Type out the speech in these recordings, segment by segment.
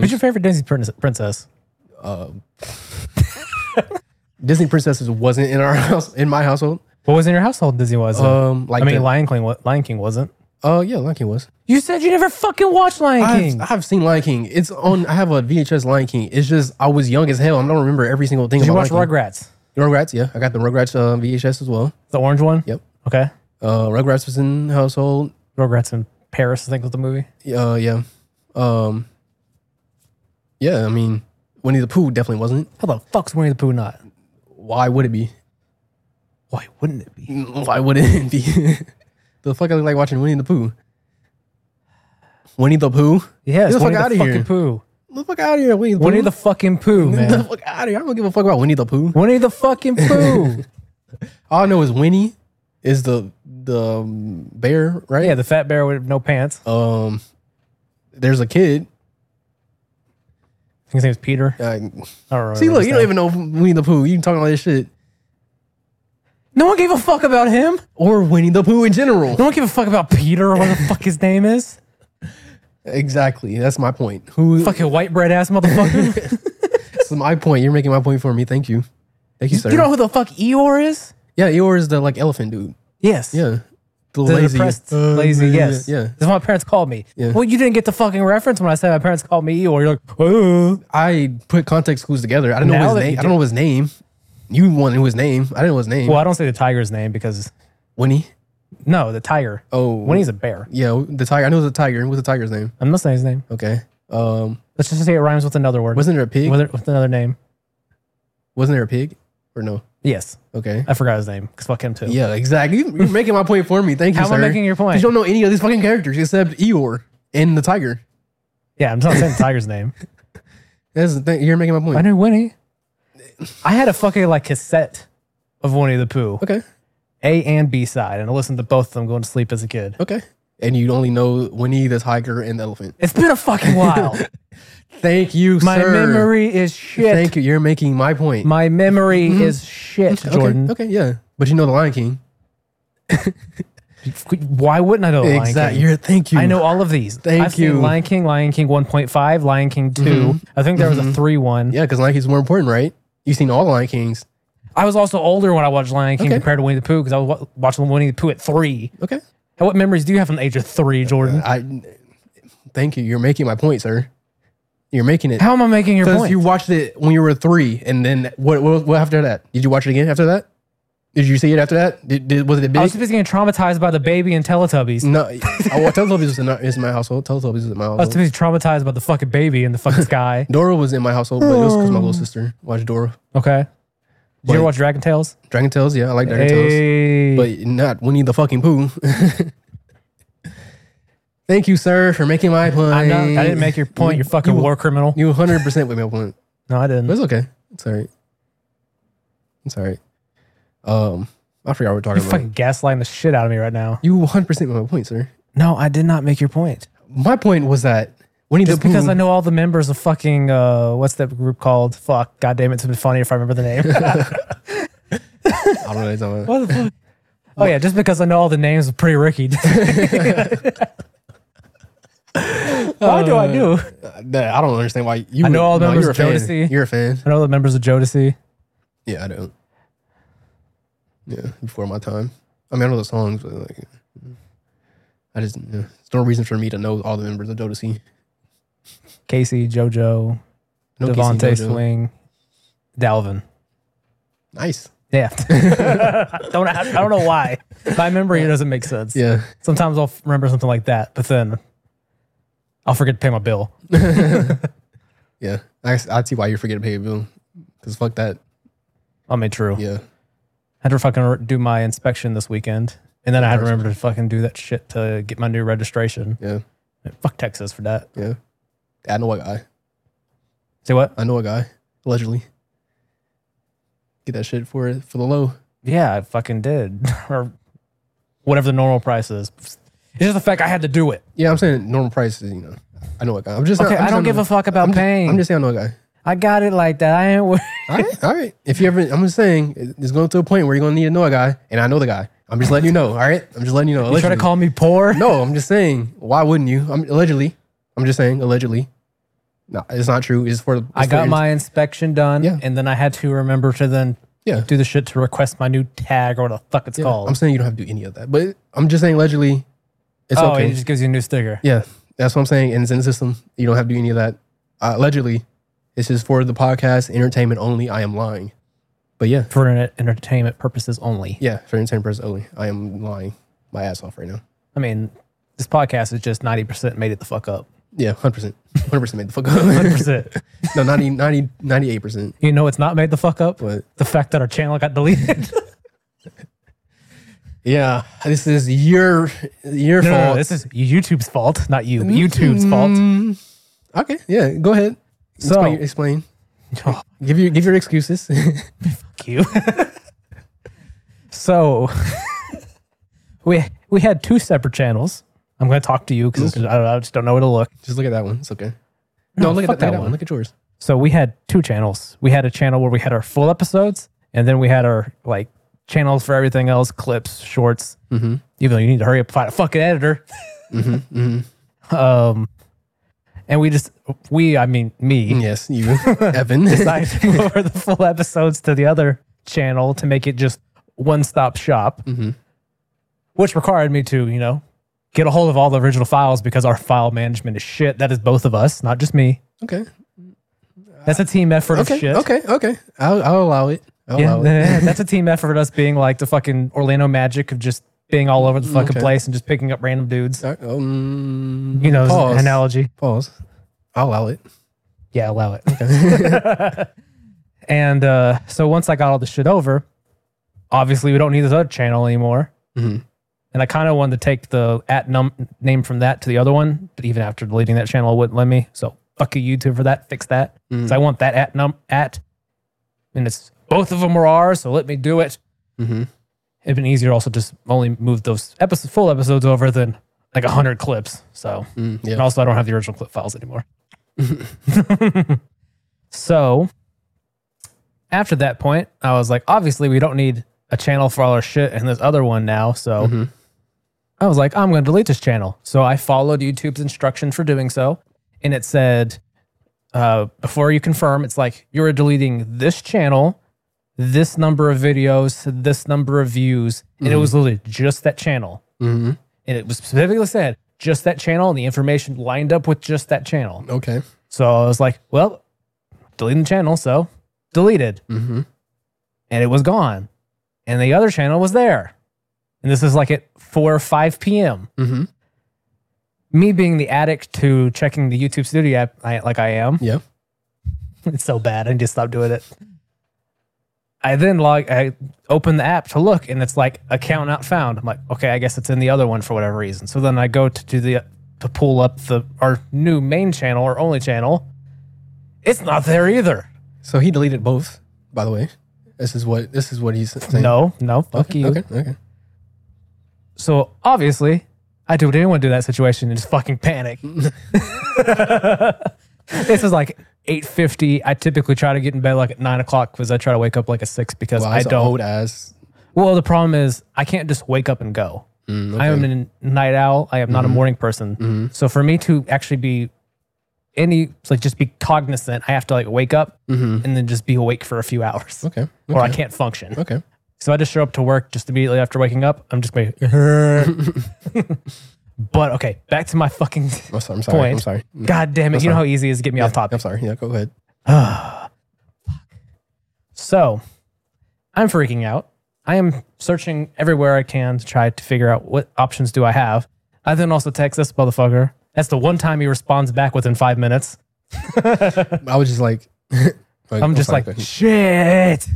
Who's your favorite Disney prin- princess? Disney princesses wasn't in our house, in my household. What was in your household? Disney was. Um, like I mean, the- Lion King. wa- Lion King wasn't. Oh yeah, Lion King was. You said you never fucking watched Lion King. I've, I've seen Lion King. It's on. I have a VHS Lion King. It's just I was young as hell. I don't remember every single thing. Did you watch about Lion King. Rugrats? Rugrats? Yeah, I got the Rugrats uh, VHS as well. The orange one. Yep. Okay. Uh, Rugrats was in the household. Rugrats in Paris, I think, was the movie. Uh, yeah. Um, yeah. I mean, Winnie the Pooh definitely wasn't. How the fuck's Winnie the Pooh not? Why would it be? Why wouldn't it be? Why would it be? the fuck I look like watching Winnie the Pooh. Winnie the Pooh. Yeah, it's Get the fuck Winnie the outta fucking here. Pooh. Get the fuck out of here, Winnie the Pooh. Winnie the fucking Pooh, Get the man. fuck out of here. I don't give a fuck about Winnie the Pooh. Winnie the fucking Pooh. All I know is Winnie is the the um, bear, right? yeah, the fat bear with no pants. I Um, there's a kid. think his name's Peter. Uh, I don't see, remember look, his you don't name. even know Winnie the Pooh. You talking all this shit, No one gave a fuck about him. or Winnie the Pooh in general. No one gave a fuck about Peter or what the fuck his name is. exactly, that's my point. Who? Fucking white bread ass motherfucker. That's my point. You're making my point for me. Thank you. Thank you, sir. you know who the fuck Eeyore is? yeah, Eeyore is the like elephant dude. Yes. Yeah, the, The lazy, depressed, Uh, lazy, yeah, yes. Yeah, That's what my parents called me. Yeah. Well, you didn't get the fucking reference when I said my parents called me Eeyore. You're like, oh. I put context clues together. I don't Now know that you his name. did- I don't know his name. You want his name? I didn't know his name. Well, I don't say the tiger's name because, Winnie. no, the tiger. Oh, Winnie's a bear. Yeah, the tiger. I know the tiger. What's the tiger's name? I'm not saying his name. Okay. Um, Let's just say it rhymes with another word. wasn't there a pig? with, with another name. Wasn't there a pig? Or no? Yes. Okay. I forgot his name. Cause fuck him too. Yeah, exactly. You- You're making my point for me. Thank you, How am I sir. making your point? 'Cause You don't know any of these fucking characters except Eeyore and the tiger. Yeah, I'm not saying the tiger's name. That's the thing. You're making my point. I knew Winnie. I had a fucking like cassette of Winnie the Pooh, Okay. A and B side, and I listened to both of them going to sleep as a kid. Okay. And you only know Winnie the tiger and the elephant. It's been a fucking while. Thank you, My sir. memory is shit. Thank you. You're making my point. My memory is shit, Okay, Jordan. Okay. Yeah. But you know the Lion King. F- Why wouldn't I know the Lion exactly. King? You're, thank you. I know all of these. Thank I've seen you. Mm-hmm. Lion King, Lion King 1.5, Lion King 2. I think there was a 3 one. Yeah, because Lion King's more important, right? You've seen all the Lion Kings. I was also older when I watched Lion King Okay. compared to Winnie the Pooh because I was wa- watching Winnie the Pooh at three. Okay. And what memories do you have from the age of three, Jordan? I thank you. You're making my point, sir. You're making it. How am I making your Because point? you watched it when you were three, and then what, what? What after that? Did you watch it again after that? Did you see it after that? Did, did was it I big? was just getting traumatized by the baby and Teletubbies. no, I, well, Teletubbies was in, is in my household. Teletubbies was in my I was household. too busy traumatized by the fucking baby in the fucking sky. Dora was in my household, but it was because my little sister watched Dora. Okay. Did you ever Wait. watch Dragon Tales? Dragon Tales, yeah, I like Dragon Tales, Hey. but not Winnie the fucking Pooh. Thank you, sir, for making my point. I'm not, I didn't make your point, you fucking war criminal. you 100 percent with my point. No, I But didn't. it's okay. It's all right. It's all right. Um, I forgot what we're talking You're about. fucking gaslighting the shit out of me right now. you 100 percent with my point, sir. No, I did not make your point. My point was that Winnie Just the Pooh. because I know all the members of fucking, uh, what's that group called? Fuck, goddamn, it's been funny if I remember the name. I don't know. it's not- What the fuck? Oh yeah, just because I know all the names of Pretty Ricky. Why do I do? Nah, I don't understand why you. I know would- all the members you're a of fan. Jodeci. You're a fan. I know the members of Jodeci. Yeah, I don't. Yeah, before my time. I mean, I know the songs, but like, I just yeah. there's no reason for me to know all the members of Jodeci. Casey, JoJo, No Casey Devontae Jojo. Swing, Dalvin. Nice. Yeah. don't I don't know why. My memory doesn't make sense. Yeah. Sometimes I'll remember something like that, but then I'll forget to pay my bill. Yeah. I, I see why you forget to pay a bill. Cause fuck that. I mean, true. Yeah. I had to fucking re- do my inspection this weekend, and then I had to remember to fucking do that shit to get my new registration. Yeah. Fuck Texas for that. Yeah. I know a guy. Say what? I know a guy. Allegedly. Get that shit for it for the low. Yeah, I fucking did. or whatever the normal price is. It's just the fact I had to do it. Yeah, I'm saying normal prices. You know, I know a guy. I'm just Okay, I'm I just don't saying- give a fuck about I'm just- paying. I'm just saying I know a guy. I got it like that. I ain't. wor- All right, all right. If you ever, I'm just saying it- it's going to a point where you're going to need to know a guy, and I know the guy. I'm just letting you know. All right, I'm just letting you know. You trying to allegedly. call me poor? No, I'm just saying. Why wouldn't you? I'm allegedly. I'm just saying allegedly. No, it's not true. It's for. It's I for got your- my inspection done, Yeah. and then I had to remember to then Yeah. do the shit to request my new tag or what the fuck it's Yeah, called. I'm saying you don't have to do any of that, but I'm just saying allegedly, it's oh, okay. it just gives you a new sticker. yeah, that's what I'm saying. And it's in the system. You don't have to do any of that. Uh, allegedly, this is for the podcast entertainment only. I am lying, but yeah, for enter- entertainment purposes only. yeah, for entertainment purposes only. I am lying my ass off right now. I mean, this podcast is just 90% made it the fuck up. Yeah, hundred percent, hundred percent made the fuck up. 100%. no, 90, 98 percent. you know, it's not made the fuck up. But The fact that our channel got deleted. yeah, this is your your no, no, no, fault. this is YouTube's fault, not you. but YouTube's fault. Mm, okay, yeah, go ahead. So- explain, explain. Oh, Give your give your excuses. fuck you. so we we had two separate channels. I'm going to talk to you because I, I just don't know where to look. Just look at that one. It's okay. No, look at fuck that that, that one. one. Look at yours. So we had two channels. We had a channel where we had our full episodes, and then we had our like channels for everything else, clips, shorts. Mm-hmm. Even though you need to hurry up, and find a fucking editor. Um, and we just we, I mean me, Yes, you, Evan. decided to move over the full episodes to the other channel to make it just one stop shop, which required me to you know get a hold of all the original files because our file management is shit. That is both of us, not just me. okay. That's a team effort of Okay. shit. Okay. Okay. I'll, I'll allow it. I'll Yeah, allow it. that's a team effort. Us being like the fucking Orlando Magic of just being all over the fucking Okay. place and just picking up random dudes. Sorry, um, You know, pause. an analogy. Pause. I'll allow it. Yeah, allow it. and uh, so once I got all the shit over, obviously we don't need this other channel anymore. Mhm. And I kind of wanted to take the at num- name from that to the other one, but even after deleting that channel, it wouldn't let me. So fuck you, YouTube, for that. Fix that. 'Cause I want that at num at, and it's both of them were ours. So let me do it. Mhm. It'd been easier also just only move those episodes, full episodes over than like hundred clips. So Mm, yeah. and also, I don't have the original clip files anymore. so, after that point, I was like, obviously, we don't need a channel for all our shit and this other one now. So, I was like, I'm going to delete this channel. So, I followed YouTube's instruction for doing so. And it said, uh, before you confirm, it's like, you're deleting this channel, this number of videos, this number of views. And it was literally just that channel Mhm. and it was specifically said just that channel and the information lined up with just that channel. Okay. So I was like, well, deleting the channel, so deleted. Mm-hmm. And it was gone. And the other channel was there. And this is like at 4 or 5 p.m. Mm-hmm. Me being the addict to checking the YouTube studio app I, like I am, Yeah. it's so bad. I need to stop doing it. I then log, I open the app to look, and it's like account not found. I'm like, okay, I guess it's in the other one for whatever reason. So then I go to do the to pull up the our new main channel or only channel. It's not there either. So he deleted both. By the way, this is what this is what he's saying. No, no, fuck you. Okay. Okay. So obviously, I do what anyone do in that situation and just fucking panic. this is like. 8.50 i typically try to get in bed like at 9 o'clock because i try to wake up like at 6 because Wow, i that's an don't old ass. Well, the problem is I can't just wake up and go. Mm, I okay. Mm-hmm. am a night owl. I am not a morning person. So for me to actually be any like just be cognizant, I have to like wake up and then just be awake for a few hours, Mm-hmm. Okay. Okay. or I can't function. okay. So I just show up to work just immediately after waking up. I'm just like, but okay, back to my fucking. I'm sorry. I'm sorry. I'm Point. sorry. God damn it! you know how easy it is to get me off topic. I'm sorry. Yeah. Go ahead. So I'm freaking out. I am searching everywhere I can to try to figure out what options do I have. I then also text this motherfucker. That's the one time he responds back within five minutes. I was just like. I'm just sorry, like, go ahead. shit.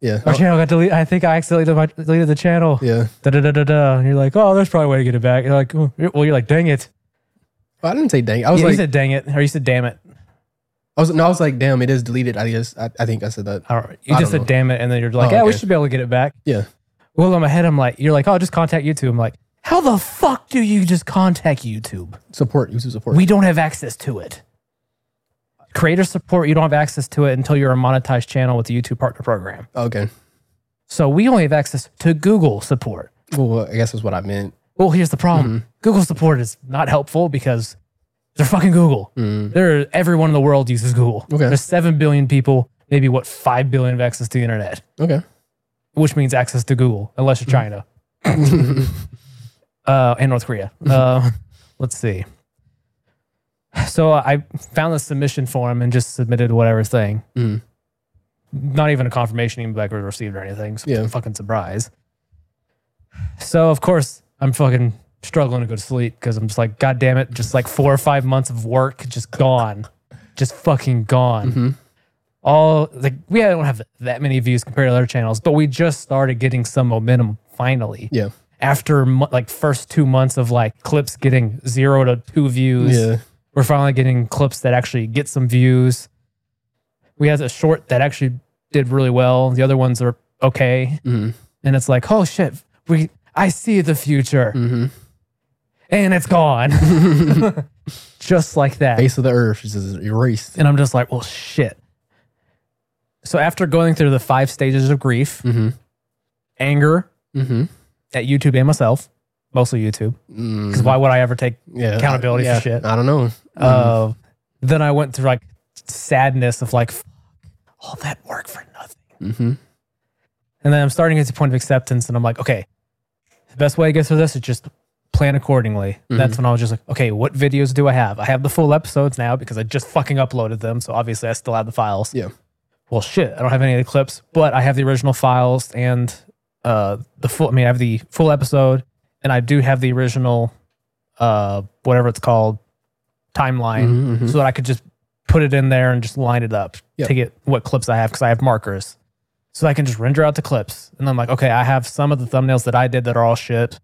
yeah. Our Oh, channel got deleted. I think I accidentally deleted my- deleted the channel. yeah. Da da da da da. And you're like, oh, there's probably a way to get it back. You're like, oh, you're- well, you're like, dang it. Well, I didn't say dang. I was Yeah, you like, said dang it, or you said damn it. I was no, I was like, damn, it is deleted. I guess I, I think I said that. I don't, you I just said don't know. damn it, and then you're like, Oh, yeah, we okay. should be able to get it back. Yeah, Well, in my head, I'm like, you're like, oh, just contact YouTube. I'm like, how the fuck do you just contact YouTube? support YouTube support. we don't have access to it. Creator support, you don't have access to it until you're a monetized channel with the YouTube partner program. okay. So we only have access to Google support. Well, I guess that's what I meant. Well, here's the problem Google support is not helpful because They're fucking Google. Mm. They're everyone in the world uses Google. Okay. There's seven billion people, maybe what five billion have access to the internet, Okay. which means access to Google, unless you're China uh, and North Korea. Uh, let's see. So I found the submission form and just submitted whatever thing. Mm. Not even a confirmation email back was received or anything. So Yeah. I'm fucking surprised. So of course I'm fucking struggling to go to sleep because I'm just like, God damn it, just like four or five months of work just gone. just fucking gone. All like we don't have that many views compared to other channels, but we just started getting some momentum finally Yeah. after mo- like first two months of like clips getting zero to two views Yeah. we're finally getting clips that actually get some views we had a short that actually did really well the other ones are okay Mhm. and it's like oh shit we i see the future Mhm. and it's gone just like that Face of the earth is just erased. and i'm just like well shit so after going through the five stages of grief Mhm. anger Mm-hmm. Mhm. at youtube and myself mostly youtube because why would i ever take Mm. Yeah. Accountability for yeah. shit. I don't know. Uh, then I went through like sadness of like, "Fuck, all that work for nothing. Mm-hmm. And then I'm starting at the point of acceptance, and I'm like, okay, the best way to get through this is just plan accordingly. That's when I was just like, okay, what videos do I have? I have the full episodes now because I just fucking uploaded them, so obviously I still have the files. Yeah. Well, shit, I don't have any of the clips, but I have the original files and uh the full. I mean, I have the full episode, and I do have the original, uh, whatever it's called, timeline, Mhm, mhm. so that I could just put it in there and just line it up Yep. to get what clips I have because I have markers so I can just render out the clips. And I'm like, okay, I have some of the thumbnails that I did that are all shit.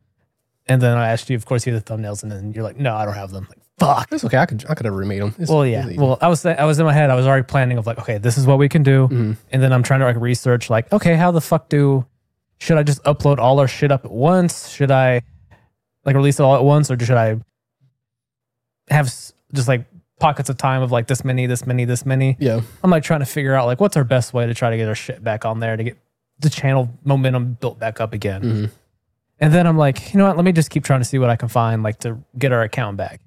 And then I asked you, of course, you have the thumbnails, and then you're like, no, I don't have them. Like, fuck. It's okay. I could I could have remade them. It's Well, yeah. easy. Well, I was I was in my head. I was already planning of like, okay, this is what we can do, Mm-hmm. and then I'm trying to like research like, okay, how the fuck do? Should I just upload all our shit up at once? Should I like release it all at once, or should I have s- just like pockets of time of like this many, this many, this many? yeah. I'm like trying to figure out like what's our best way to try to get our shit back on there to get the channel momentum built back up again. Mhm. And then I'm like, you know what? Let me just keep trying to see what I can find like to get our account back.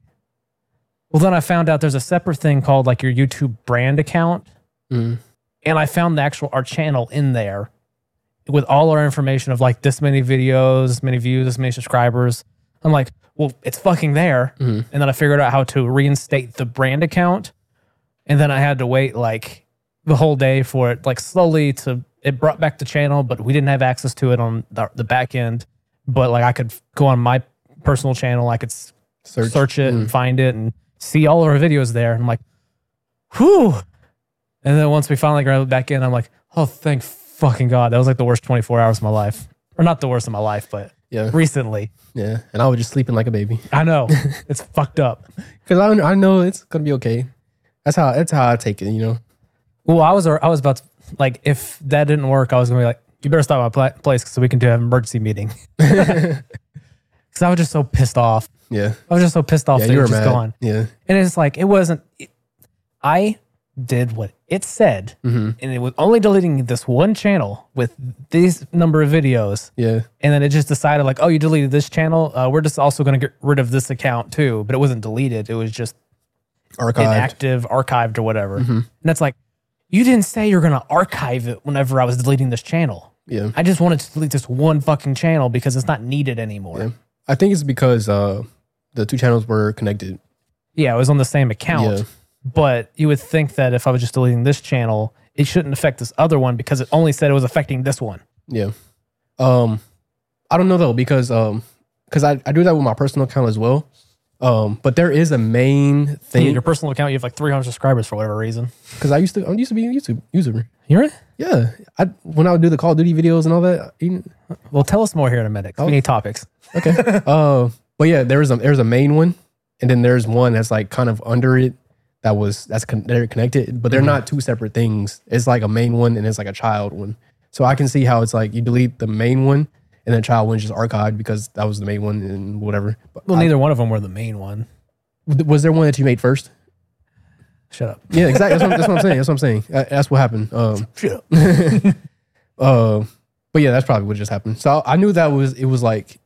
Well, then I found out there's a separate thing called like your YouTube brand account, Mm-hmm. Mhm. and I found the actual our channel in there with all our information of like this many videos, this many views, this many subscribers. I'm like, well, it's fucking there. Mhm. And then I figured out how to reinstate the brand account and then I had to wait like the whole day for it, like slowly to it brought back the channel, but we didn't have access to it on the, the back end. But like I could go on my personal channel, I could s- Search. search, it Mm. and find it and see all of our videos there. And I'm like, whew. And then once we finally grabbed it back in, I'm like, oh, thank fucking God. That was like the worst 24 hours of my life. Or not the worst of my life, but Yeah. recently. Yeah. And I was just sleeping like a baby I know it's fucked up. because I I know it's gonna be okay. That's how that's how I take it. You know. Well, I was I was about to, like if that didn't work, I was gonna be like, you better stop my pla- place so we can do an emergency meeting. Because I was just so pissed off. Yeah. I was just so pissed off Yeah. that You it were was mad. just gone. Yeah. And it's like it wasn't. It, I did what it said, and it was only deleting this one channel with these number of videos, Yeah. and then it just decided like, oh, you deleted this channel. Uh, we're just also gonna get rid of this account too. But it wasn't deleted. It was just Archived. inactive, archived, or whatever. And that's like, you didn't say you're gonna archive it whenever I was deleting this channel. Yeah. I just wanted to delete this one fucking channel because it's not needed anymore. Yeah, Yeah. I think it's because uh the two channels were connected. it was on the same account, Yeah. but you would think that if I was just deleting this channel, it shouldn't affect this other one because it only said it was affecting this one. Yeah. Um, I don't know though because um, because I, I do that with my personal account as well. Um, but there is a main Yeah, thing Your personal account, you have like 300 subscribers for whatever reason. because I used to I used to be a YouTube user. You're right. Yeah. I when I would do the Call of Duty videos and all that. you- Well, tell us more here in a minute. 'cause We Oh. need topics. Okay. uh, but yeah, there is a there's a main one, and then there's one that's like kind of under it that was that's con- they're connected, but they're not two separate things. It's like a main one and it's like a child one. So I can see how it's like you delete the main one and then child one's just archived because that was the main one and whatever. But Well, I- neither one of them were the main one. was there one that you made first? Shut up. Yeah, exactly. That's what, that's what I'm saying. That's what I'm saying. That- That's what happened. Um, Shut up. uh, but yeah, that's probably what just happened. So I knew that was it was like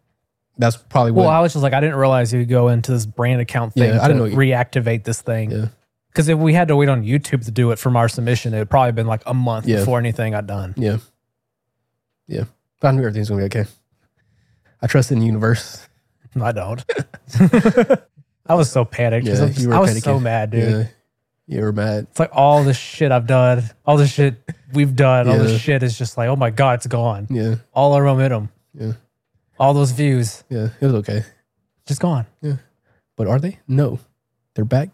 that's probably what. Well, I was just like, I didn't realize you could go into this brand account thing Yeah, I to didn't know you- reactivate this thing. Yeah. Because if we had to wait on YouTube to do it from our submission, it would probably been like a month Yeah. before anything got done. yeah, yeah. I knew everything's gonna be okay. I trust in the universe. I don't. I was so panicked. 'cause Yeah, I was, you were I was panicking. so mad, dude. Yeah, you were mad. It's like all the shit I've done, all the shit we've done, all Yeah. this shit is just like, oh my God, it's gone. Yeah, All our momentum, Yeah. all those views, yeah. It was okay. just gone. But are they? No, they're back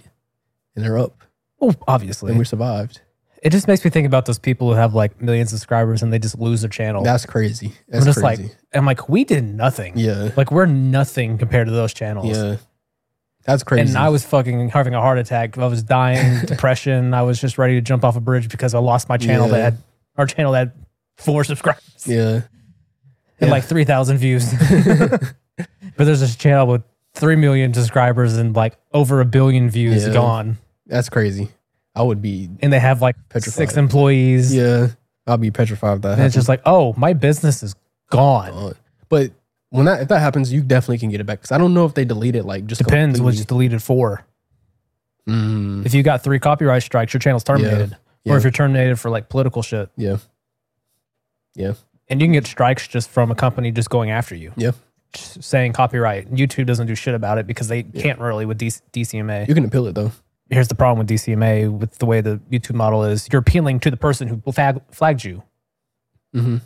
and they're up, Well, obviously. and we survived. It just makes me think about those people who have like million subscribers and they just lose their channel. That's crazy. I'm That's Oh. just crazy. like, I'm like, we did nothing. yeah, Like we're nothing compared to those channels. yeah. That's crazy. And I was fucking having a heart attack. I was dying, depression. I was just ready to jump off a bridge because I lost my channel that Yeah. had our channel that had four subscribers yeah, and yeah. like three thousand views. but there's this channel with three million subscribers and like over a billion views Yeah. gone, that's crazy. I would be. and they have like six Petrified. employees. Yeah, I'll be petrified if that. And it's just like, oh, my business is gone. on. But when that if that happens, you definitely can get it back. Because I don't know if they delete it. Like just Depends what completely. you deleted for. Mm, If you got three copyright strikes, your channel's terminated. Or Yeah. if you're terminated for like political shit. yeah, And you can get strikes just from a company just going after you. Yeah. Just saying copyright. YouTube doesn't do shit about it because they can't really with DC- DCMA. you can appeal it though. Here's the problem with DCMA with the way the YouTube model is you're appealing to the person who flag- flagged you. Mhm.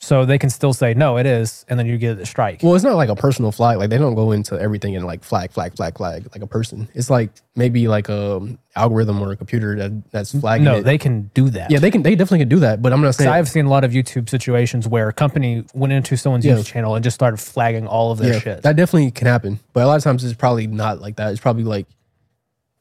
So they can still say, no, it is. And then you get a strike. Well, it's not like a personal flag. Like they don't go into everything and like flag, flag, flag, flag like a person. It's like maybe like a algorithm or a computer that that's flagging no, it. they can do that. yeah, they can. They definitely can do that. But I'm not So saying. I've seen a lot of YouTube situations where a company went into someone's Yeah. YouTube channel and just started flagging all of their yeah, shit. that definitely can happen. But a lot of times it's probably not like that. It's probably like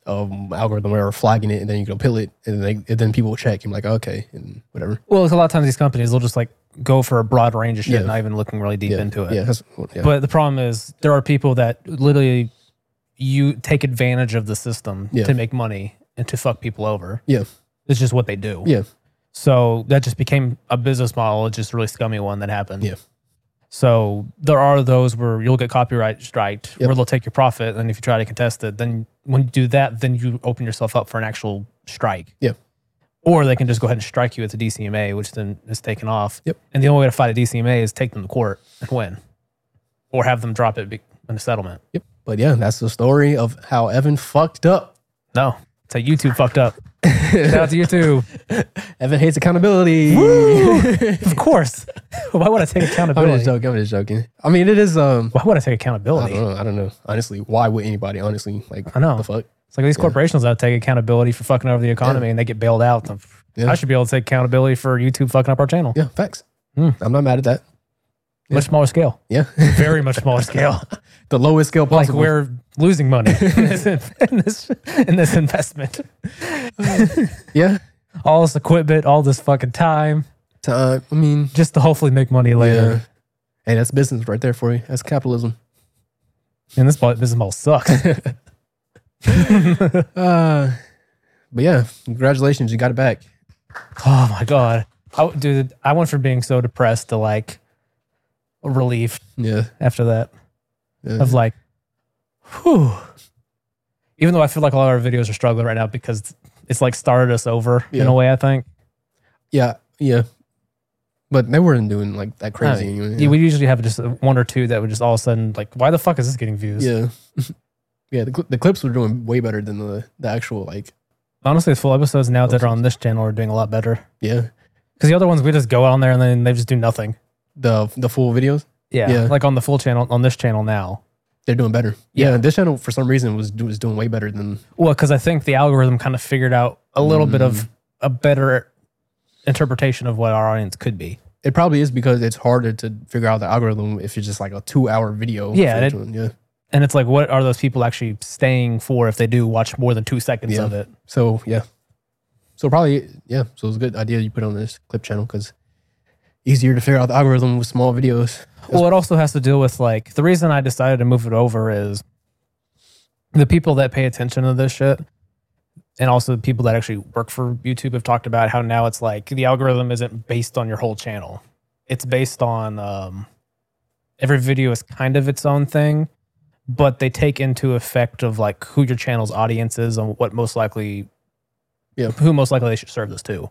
um algorithm or flagging it, and then you can appeal it, and then they, and then people will check. You're like, okay, and whatever. Well, it's a lot of times these companies will just like go for a broad range of shit, Yeah. not even looking really deep Yeah, into it. Yeah, that's, yeah. But the problem is there are people that literally you take advantage of the system Yeah. to make money and to fuck people over. Yeah. It's just what they do. Yeah. So that just became a business model, It's just a really scummy one that happened. Yeah. So there are those where you'll get copyright striked, Yep. where they'll take your profit, and if you try to contest it, then when you do that, then you open yourself up for an actual strike. Yeah. Or they can just go ahead and strike you at the DCMA, which then is taken off. Yep. And the only way to fight a DCMA is take them to court and win, or have them drop it be- in a settlement. Yep. But yeah, that's the story of how Evan fucked up. No, it's like YouTube fucked up. Shout out to YouTube. Evan hates accountability. of course. Why would I take I'm just accountability? joking. I'm just joking. I mean, it is. Um, Why would I take I accountability? don't know. I don't know. Honestly, why would anybody? Honestly, like I know. the fuck. It's like these corporations that take accountability for fucking over the economy and they get bailed out. Yeah. I should be able to take accountability for YouTube fucking up our channel. Yeah, facts. Hmm. I'm not mad at that. Much smaller scale. Yeah, Very much smaller scale. the lowest scale Like possible. we're losing money in this, in this, in this investment. yeah, All this equipment, all this fucking time, time. uh, I mean, just to hopefully make money yeah. later. Hey, that's business right there for you. That's capitalism. And this bu- business model sucks. Uh, but yeah, congratulations, you got it back. Oh my god, I, dude! I went from being so depressed to like relief Yeah, after that. yeah. Of like, whew. Even though I feel like a lot of our videos are struggling right now because it's like started us over in Yeah. a way. I think yeah, yeah. But they weren't doing like that crazy. I mean, anyway. yeah, we usually have just one or two that would just all of a sudden like, why the fuck is this getting views? Yeah. yeah, the, cl- the clips were doing way better than the, the actual, like, Honestly, the full episodes now that are on this channel are doing a lot better yeah, because the other ones we just go on there and then they just do nothing. the the full videos. Yeah. like on the full channel on this channel now. They're doing better. Yeah, this channel, for some reason, was, do- was doing way better than, Well, because I think the algorithm kind of figured out a little bit Mm. of a better interpretation of what our audience could be. it probably is because it's harder to figure out the algorithm if it's just like a two hour video. Yeah, for and each it- one. yeah. And it's like, what are those people actually staying for if they do watch more than two seconds Yeah. of it? So, yeah. So, probably, yeah. So, it was a good idea you put on this clip channel because easier to figure out the algorithm with small videos. Well, it also has to deal with like the reason I decided to move it over is the people that pay attention to this shit and also the people that actually work for YouTube have talked about how now it's like the algorithm isn't based on your whole channel. It's based on um every video is kind of its own thing, but they take into effect of like who your channel's audience is and what most likely, Yeah. who most likely they should serve this to.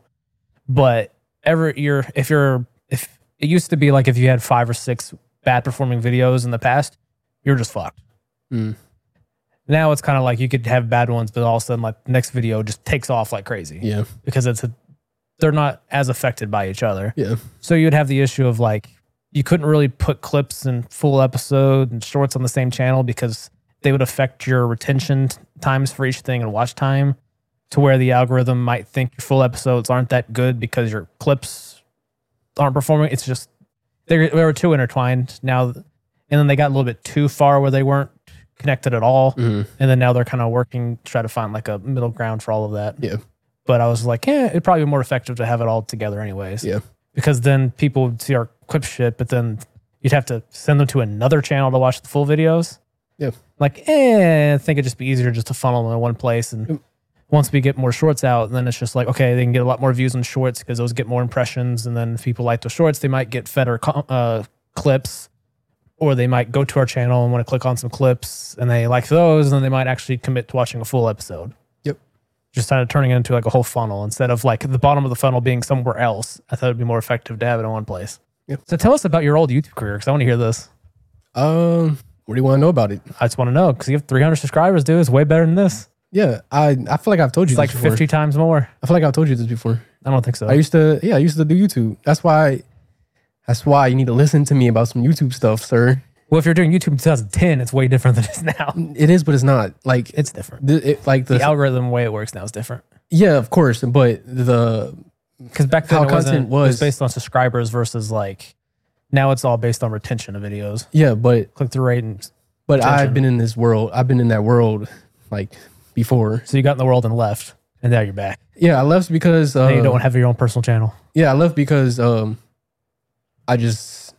But ever you're if you're if it used to be like if you had five or six bad performing videos in the past, you're just fucked. Mm. Now it's kind of like you could have bad ones, but all of a sudden, like next video just takes off like crazy Yeah. because it's a, they're not as affected by each other. Yeah. So you'd have the issue of like you couldn't really put clips and full episode and shorts on the same channel because they would affect your retention t- times for each thing and watch time to where the algorithm might think your full episodes aren't that good because your clips aren't performing. It's just they they were too intertwined now, and then they got a little bit too far where they weren't connected at all, Mhm. and then now they're kind of working to try to find like a middle ground for all of that. Yeah. But I was like, yeah, it'd probably be more effective to have it all together, anyways. Yeah. Because then people would see our clip shit, but then you'd have to send them to another channel to watch the full videos. Yeah. Like, eh, I think it'd just be easier just to funnel them in one place. And Yep. once we get more shorts out, then it's just like, okay, they can get a lot more views on shorts because those get more impressions. And then if people like those shorts, they might get better co- uh, clips or they might go to our channel and want to click on some clips and they like those. And then they might actually commit to watching a full episode just kind of turning it into like a whole funnel instead of like the bottom of the funnel being somewhere else. I thought it'd be more effective to have it in one place. Yep. So tell us about your old YouTube career because I want to hear this. Um, what do you want to know about it? I just want to know because you have 300 subscribers, dude. It's way better than this. Yeah, I I feel like I've told you It's like this before. 50 times more. I feel like I've told you this before. I don't think so. I used to yeah, I used to do YouTube. That's why that's why you need to listen to me about some YouTube stuff, sir. well, if you're doing YouTube in 2010, it's way different than it is now. It is, but it's not like It's different. the, it, like the The algorithm way it works now is different yeah, of course, but the because back then How it wasn't, content it was was- based on subscribers versus like now it's all based on retention of videos, yeah, but click through rate, and but Attention. I've been in this world. I've been in that world like before. so you got in the world and left, and now you're back. Yeah, I left because uh, now you don't have your own personal channel. yeah, I left because um, I just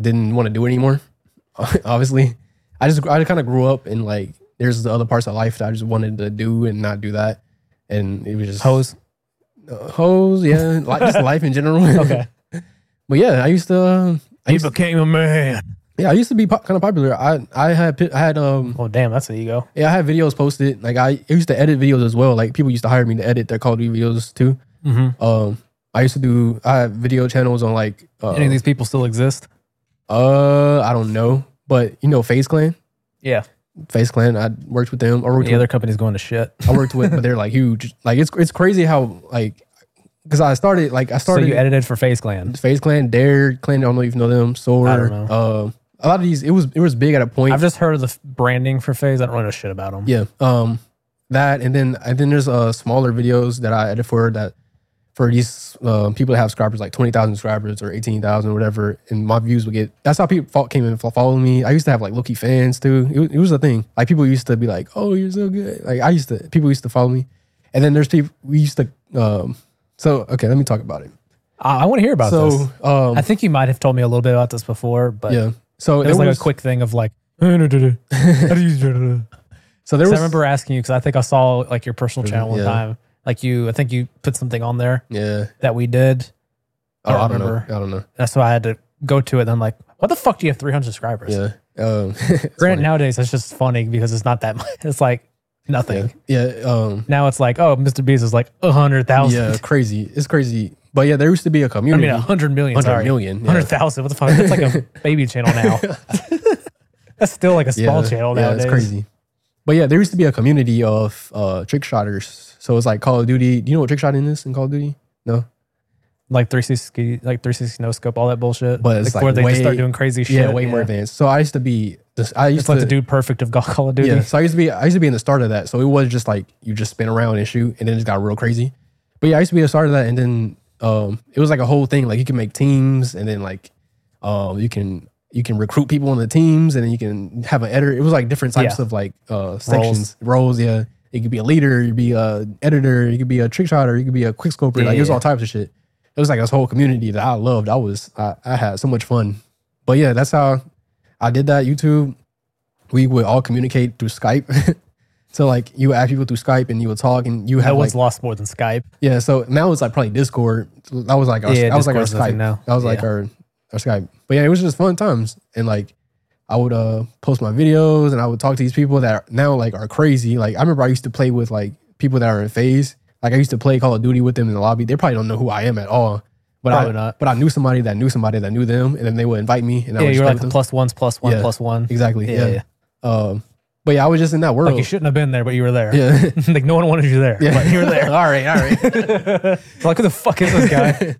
didn't want to do it anymore. Obviously, I just I kind of grew up and like there's the other parts of life that I just wanted to do and not do that, and it was just Hose. uh, hoes, yeah, like just life in general. Okay. but yeah, I used to. um, I used, became a man. yeah, I used to be po- kind of popular. I I had pi- I had um Oh damn, that's an ego. Yeah, I had videos posted. Like I used to edit videos as well. Like people used to hire me to edit their Call of Duty videos too. Mm-hmm. Um, I used to do I had video channels on like uh, Any of these people still exist? uh I don't know, but you know Face Clan, Yeah, Face Clan. I worked with them. I worked the with, other company's going to shit. I worked with, but they're like huge. Like it's it's crazy how like because I started like I So started you edited for Face Clan. Face Clan, Dare Clan. I don't know if you know them. Soar. I don't know. Uh, a lot of these it was it was big at a point. I've just heard of the f- branding for Phase. I don't really know shit about them. Yeah. Um, that and then and then there's uh smaller videos that I edit for that for these uh, people that have subscribers like twenty thousand subscribers or eighteen thousand whatever, and my views would get. That's how people fo- came and fo- followed me. I used to have like Loki fans too. It, was- it was a thing. Like people used to be like, "Oh, you're so good." Like I used to. People used to follow me, and then there's people we used to. Um, so okay, let me talk about it. I, want to hear about So this. um, I think you might have told me a little bit about this before, but yeah. So it there was like a quick thing of like. "Eh, no, duh, duh. How do you- duh, duh, duh." So there 'Cause I was. remember asking you because I think I saw like your personal channel one Yeah. time. Like you, I think you put something on there yeah. that we did. I Oh, don't I don't know. remember. I don't know. That's why I had to go to it. And I'm like, what the fuck do you have 300 subscribers? Yeah. Um, Granted, nowadays that's just funny because it's not that much. It's like nothing. yeah. yeah. Um, Now it's like, oh, Mr. Beast is like a hundred thousand. Yeah, crazy. It's crazy. But yeah, there used to be a I community. mean, a hundred million. 100 Sorry, million, yeah. Hundred thousand. What the fuck? That's like a baby channel now. That's still like a small channel yeah, nowadays. it's crazy. But yeah, there used to be a community of uh, trick shotters. So it's like Call of Duty. Do you know what trick shotting is in Call of Duty? No. Like three sixty, like three sixty no scope, all that bullshit. But it's like where they just way- start doing crazy shit. Yeah, way more advanced. So I used to be. This, I used It's to like the dude perfect of Call of Duty. Yeah. So I used to be. I used to be in the start of that. So it was just like you just spin around and shoot, and then it just got real crazy. But yeah, I used to be a start of that, and then um, it was like a whole thing. Like you can make teams, and then like um, you can you can recruit people on the teams, and then you can have an editor. It was like different types Yeah. of like uh, sections, roles. Yeah, you could be a leader, you could be a editor, you could be a trick shotter, you could be a quick scoper. Like it was Yeah. all types of shit. It was like this whole community that I loved. I was I, I had so much fun. But yeah, that's how I did that. YouTube we would all communicate through Skype. so like you would ask people through Skype and you would talk and you would no have like one's lost more than Skype. yeah. So now it's like probably Discord. That was like our Yeah, that was like our Discord's the thing Skype. now. That was like Yeah. our our Skype. But yeah, it was just fun times and like I would uh post my videos and I would talk to these people that are now like are crazy. Like I remember I used to play with like people that are in phase. Like I used to play Call of Duty with them in the lobby. They probably don't know who I am at all. But I, Probably not. But I knew somebody that knew somebody that knew them, and then they would invite me. And I yeah, would you just were play like with the them. plus ones, plus one, Yeah. plus one. exactly. Yeah, Yeah. Um, but yeah, I was just in that world. Like you shouldn't have been there, but you were there. yeah. like no one wanted you there, Yeah. but you were there. all right. All right. like who the fuck is this guy?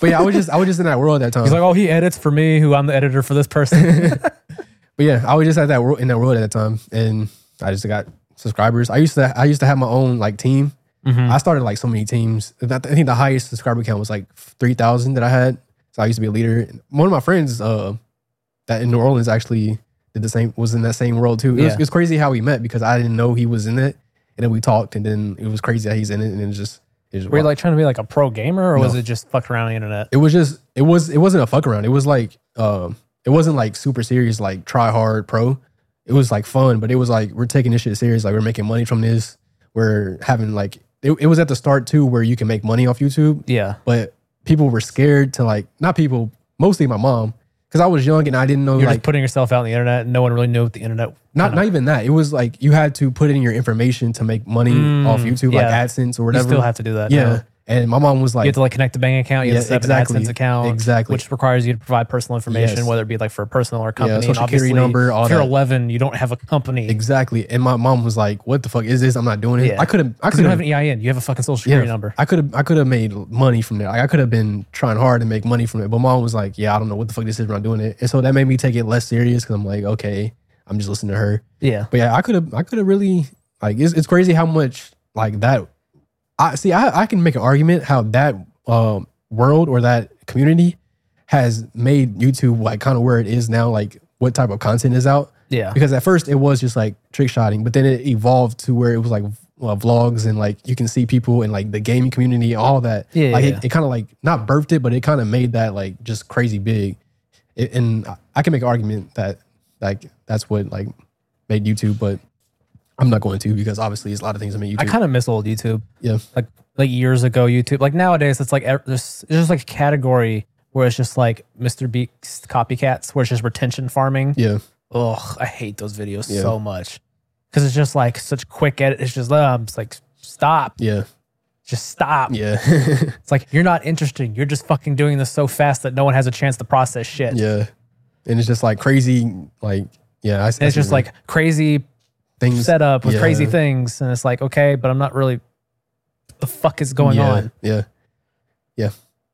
But yeah, I was just I was just in that world at that time. He's like, oh, he edits for me, who I'm the editor for this person. But yeah, I was just at that world in that world at that time, and I just got subscribers. I used to I used to have my own like team. Mm-hmm. I started like so many teams. And I th- I think the highest subscriber count was like three thousand that I had. So I used to be a leader. And One of my friends, uh, that in New Orleans actually did the same. Was in that same world too. It, was, Yeah. it was crazy how we met because I didn't know he was in it, and then we talked, and then it was crazy that he's in it, and it was just it was, were you like trying to be like a pro gamer, or was it just fucked around on the internet? it was just it was it wasn't a fuck around. It was like um it wasn't like super serious like try hard pro. It was like fun, but it was like we're taking this shit serious. Like we're making money from this. We're having like it, it was at the start too where you can make money off YouTube, Yeah, but people were scared to like not people mostly my mom because I was young and I didn't know you're like just putting yourself out on the internet, and no one really knew what the internet. not not even that. It was like you had to put in your information to make money off YouTube Mm, yeah. like AdSense or You whatever. still have to do that. yeah. now. And my mom was You like, have to like connect a bank account. You have Yeah, to set up exactly. an AdSense account, Exactly. which requires you to provide personal information, Yes. whether it be like for a personal or a company. social and security obviously, number, all if you're that. 11, you don't have a company. Exactly. And my mom was like, "What the fuck is this? I'm not doing it." Yeah. I could have. I 'Cause You could don't have have. an EIN. You have a fucking social security number. I could have. I could have made money from there. Like, I could have been trying hard to make money from it. But mom was like, "Yeah, I don't know what the fuck this is. But I'm doing it." And so that made me take it less serious because I'm like, "Okay, I'm just listening to her." Yeah. But yeah, I could have. I could have really like. It's, it's crazy how much like that. I see. I I can make an argument how that um world or that community has made YouTube like kind of where it is now. Like what type of content is out Yeah. because at first it was just like trick shotting, but then it evolved to where it was like v- uh, vlogs and like you can see people and like the gaming community, all that. Yeah, like yeah. it, it kind of like not birthed it, but it kind of made that like just crazy big. It, and I- I can make an argument that like that's what like made YouTube, but I'm not going to because obviously there's a lot of things that made YouTube. I kind of miss old YouTube. yeah, like like years ago YouTube. Like nowadays, it's like ev- there's there's just like a category where it's just like Mr. Beak's copycats, where it's just retention farming. yeah, Ugh, I hate those videos so much because it's just like such quick edit. It's just uh, I'm just like stop, yeah, just stop. yeah, It's like you're not interesting. You're just fucking doing this so fast that no one has a chance to process shit. yeah. And it's just like crazy, like yeah. I, And it's just like crazy things setup with yeah. crazy things, and it's like okay, but I'm not really. The fuck is going yeah, on? Yeah, yeah.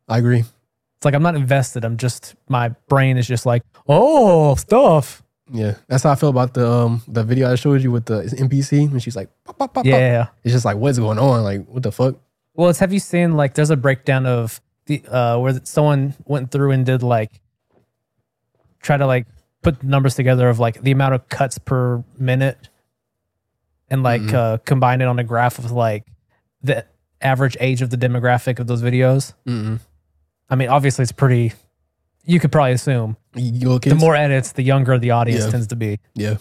I agree. It's like I'm not invested. I'm just my brain is just like, oh stuff. Yeah, that's how I feel about the um the video I showed you with the NPC and she's like, pop, pop, pop, pop. Yeah. It's just like, what's going on? Like, what the fuck? Well, it's have you seen like there's a breakdown of the uh where someone went through and did like try to like put numbers together of like the amount of cuts per minute and like uh combine it on a graph of like the average age of the demographic of those videos. Mm-mm. I mean, obviously it's pretty you could probably assume You little the kids. more edits, the younger the audience Yeah. tends to be. yeah,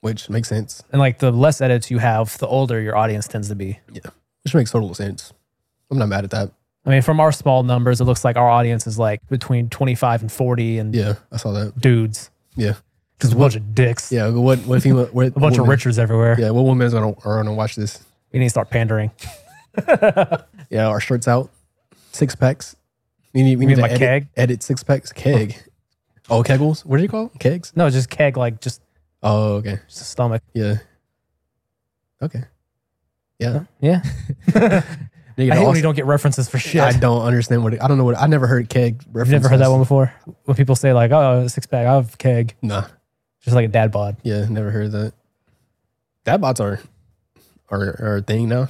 which makes sense. And like the less edits you have, the older your audience tends to be. Which makes total sense. I'm not mad at that. I mean, from our small numbers, it looks like our audience is like between 25 and 40 and Yeah, I saw that. dudes. Yeah, Just a bunch of dicks. yeah. but What what female? What, A bunch of Richards everywhere. Yeah, what women's gonna are gonna watch this? We need to start pandering. Yeah, our shirts out, six packs. We need we mean need to like edit, keg? edit six packs keg. Oh, kegels. What do you call them? kegs? No, just keg, like just, Oh, okay. just a stomach. Yeah. Okay. Yeah. Yeah. Nigga, I hate when also- you don't get references for shit. I don't understand what it, I don't know what I never heard keg. I've never heard that one before. When people say like, oh, six pack, I have keg. Nah, Just like a dad bod. yeah, never heard that. That bots are are, are a thing now.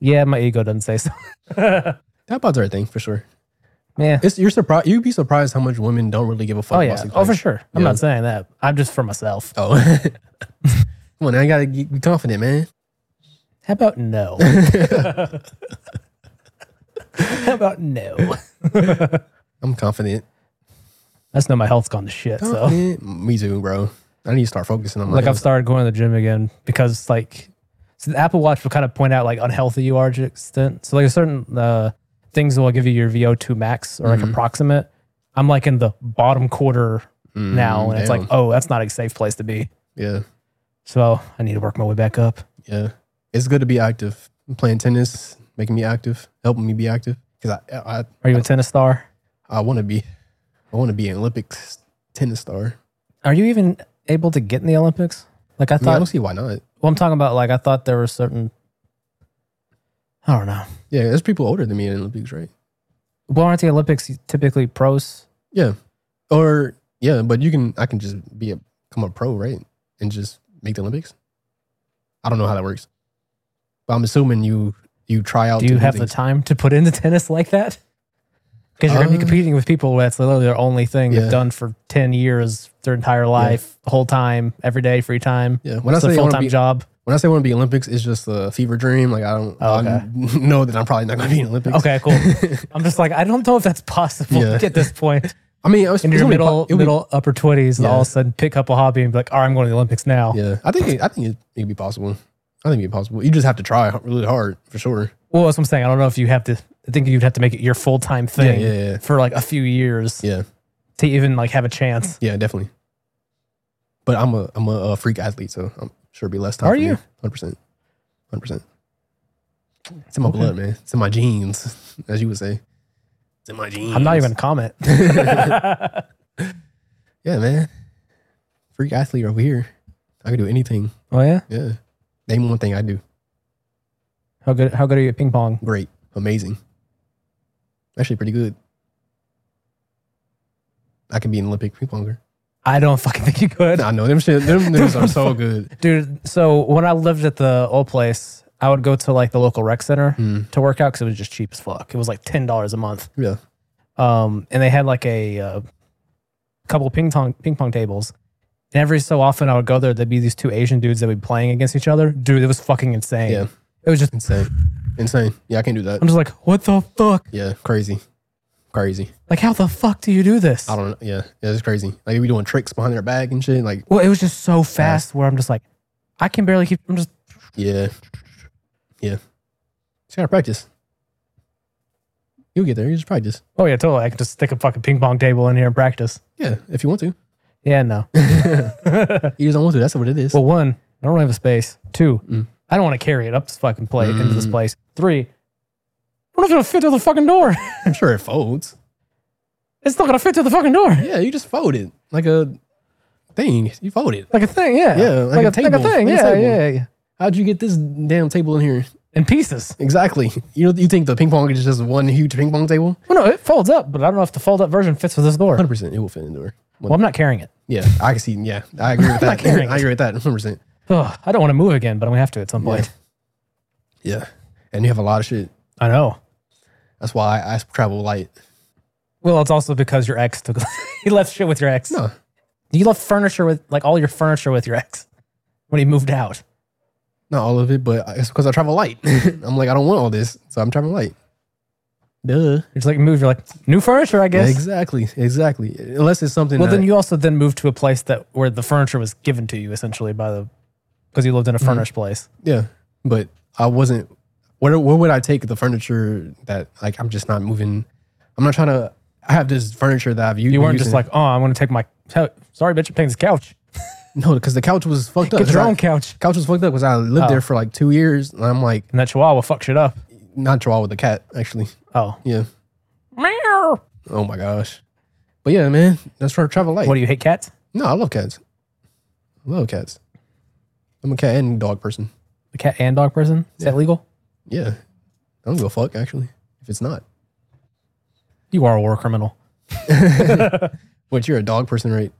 Yeah, my ego doesn't say so. That bots are a thing for sure. Yeah. It's you're surprised. You'd be surprised how much women don't really give a fuck. Oh, about yeah. six Oh, for packs. sure. I'm Yeah. not saying that. I'm just for myself. Oh, come on, now you gotta ge- be confident, man. How about no? How about no? I'm confident. I just know my health's gone to shit. So. Confident? Me too, bro. I need to start focusing on my like I've health. started going to the gym again because like so the Apple Watch will kind of point out like unhealthy you are to an extent. So like a certain uh, things will give you your VO2 max or like approximate. I'm like in the bottom quarter now, and it's like, Mm-hmm. damn. oh, that's not a safe place to be. Mm, yeah, So I need to work my way back up. yeah. It's good to be active. Playing tennis, making me active, helping me be active. Because I, I, Are you a tennis star? I want to be, I want to be an Olympics tennis star. Are you even able to get in the Olympics? Like I I, mean, I thought. don't see why not. well, I'm talking about like I thought there were certain. I don't know. Yeah, there's people older than me in the Olympics, right? Well, aren't the Olympics typically pros? Yeah, or yeah, but you can. I can just be a become a pro, right? And just make the Olympics. I don't know how that works, but I'm assuming you you try out. Do you to have the things. time to put into tennis like that? Because you're gonna be Uh, competing with people that's literally their only thing yeah. they've done for ten years, their entire life, whole time, every day, free time. Yeah, when I It's a say I full want to time be, job. when I say I want to be Olympics, it's just a fever dream. Like I don't Oh, I know that I'm probably not going to be in Olympics. Okay, cool. I'm just like I don't know if that's possible Yeah. at this point. I mean, I was In it's your gonna be middle, po- it'll be- middle upper twenties, and all Yeah. of a sudden pick up a hobby and be like, "All right, I'm going to the Olympics now." Yeah, I think it, I think it, it'd be possible. I think it'd be possible. You just have to try h- really hard for sure. Well, that's what I'm saying. I don't know if you have to. I think you'd have to make it your full time thing Yeah, yeah, yeah. for like a few years Yeah, to even like have a chance. yeah, definitely. But I'm a I'm a, uh freak athlete, so I'm sure it'd be less time. Are you? Hundred percent, hundred percent. It's in my blood, man. It's in my genes, as you would say. It's in my genes. I'm not even a comment. Yeah, man. Freak athlete over here. I can do anything. oh yeah, Yeah. Name one thing I do. how good? How good are you at ping pong? Great. Amazing. Actually, pretty good. I could be an Olympic ping ponger. I don't fucking think you could. I know them shit. Them dudes are so good. Dude, so when I lived at the old place, I would go to like the local rec center to work out because it was just cheap as fuck. It was like $10 a month. Yeah. Um, and they had like a uh, couple ping pong, ping pong tables. And every so often I would go there, there'd be these two Asian dudes that would be playing against each other. Dude, it was fucking insane. Yeah. It was just, Insane. Insane. Yeah, I can't do that. I'm just like, what the fuck? Yeah. Crazy. Crazy. Like, how the fuck do you do this? I don't know. Yeah. Yeah, it's crazy. Like we doing tricks behind their back and shit. Like, Well, it was just so fast where I'm just like, I can barely keep, I'm just, yeah. Yeah. Just gotta practice. You'll get there. You just practice. oh yeah, totally. I can just stick a fucking ping pong table in here and practice. Yeah, if you want to. Yeah, no. You just don't want to. That's what it is. Well, one, I don't really have a space. Two, Mm. I don't want to carry it up this fucking plate into this place. Three, we're not gonna fit through the fucking door. I'm sure it folds. it's not gonna fit through the fucking door. Yeah, you just fold it like a thing. You fold it. Like a thing, yeah. Yeah, like a Like table, a thing, like a yeah, table. yeah, yeah. How'd you get this damn table in here? In pieces. Exactly. You you think the ping pong is just one huge ping pong table? Well, no, it folds up, but I don't know if the fold up version fits with this door. Hundred percent, it will fit in there. Well, I'm not carrying it. Yeah, I can see. Yeah, I agree with I'm not that. carrying I agree with that. Hundred percent. Ugh, I don't want to move again, but I'm gonna have to at some point. Yeah, and you have a lot of shit. I know. That's why I, I travel light. Well, it's also because your ex took. you left shit with your ex. No. You left furniture with like all your furniture with your ex when he moved out. Not all of it, but it's because I travel light. I'm like, I don't want all this, so I'm traveling light. Duh. You're just like moved. You're like new furniture, I guess. Exactly. Exactly. Unless it's something. Well, that- then you also then moved to a place that where the furniture was given to you essentially by the because you lived in a furnished place. Yeah, but I wasn't. Where where would I take the furniture that like I'm just not moving? I'm not trying to. I have this furniture that I've used. You weren't just like, oh, I'm going to take my cou- sorry, bitch, I'm taking this couch. no, because the couch was fucked up. Get 'Cause your I- own Oh. couch. Couch was fucked up because I lived there for like two years, and I'm like And that chihuahua fuck shit up. not draw with the cat actually. Oh, Yeah. meow. Oh my gosh. But yeah, man, that's for travel light. What do you hate cats? no, I love cats. I love cats. I'm a cat and dog person. The cat and dog person? Is that legal? Yeah, I don't give a fuck actually if it's not. You are a war criminal. But you're a dog person, right?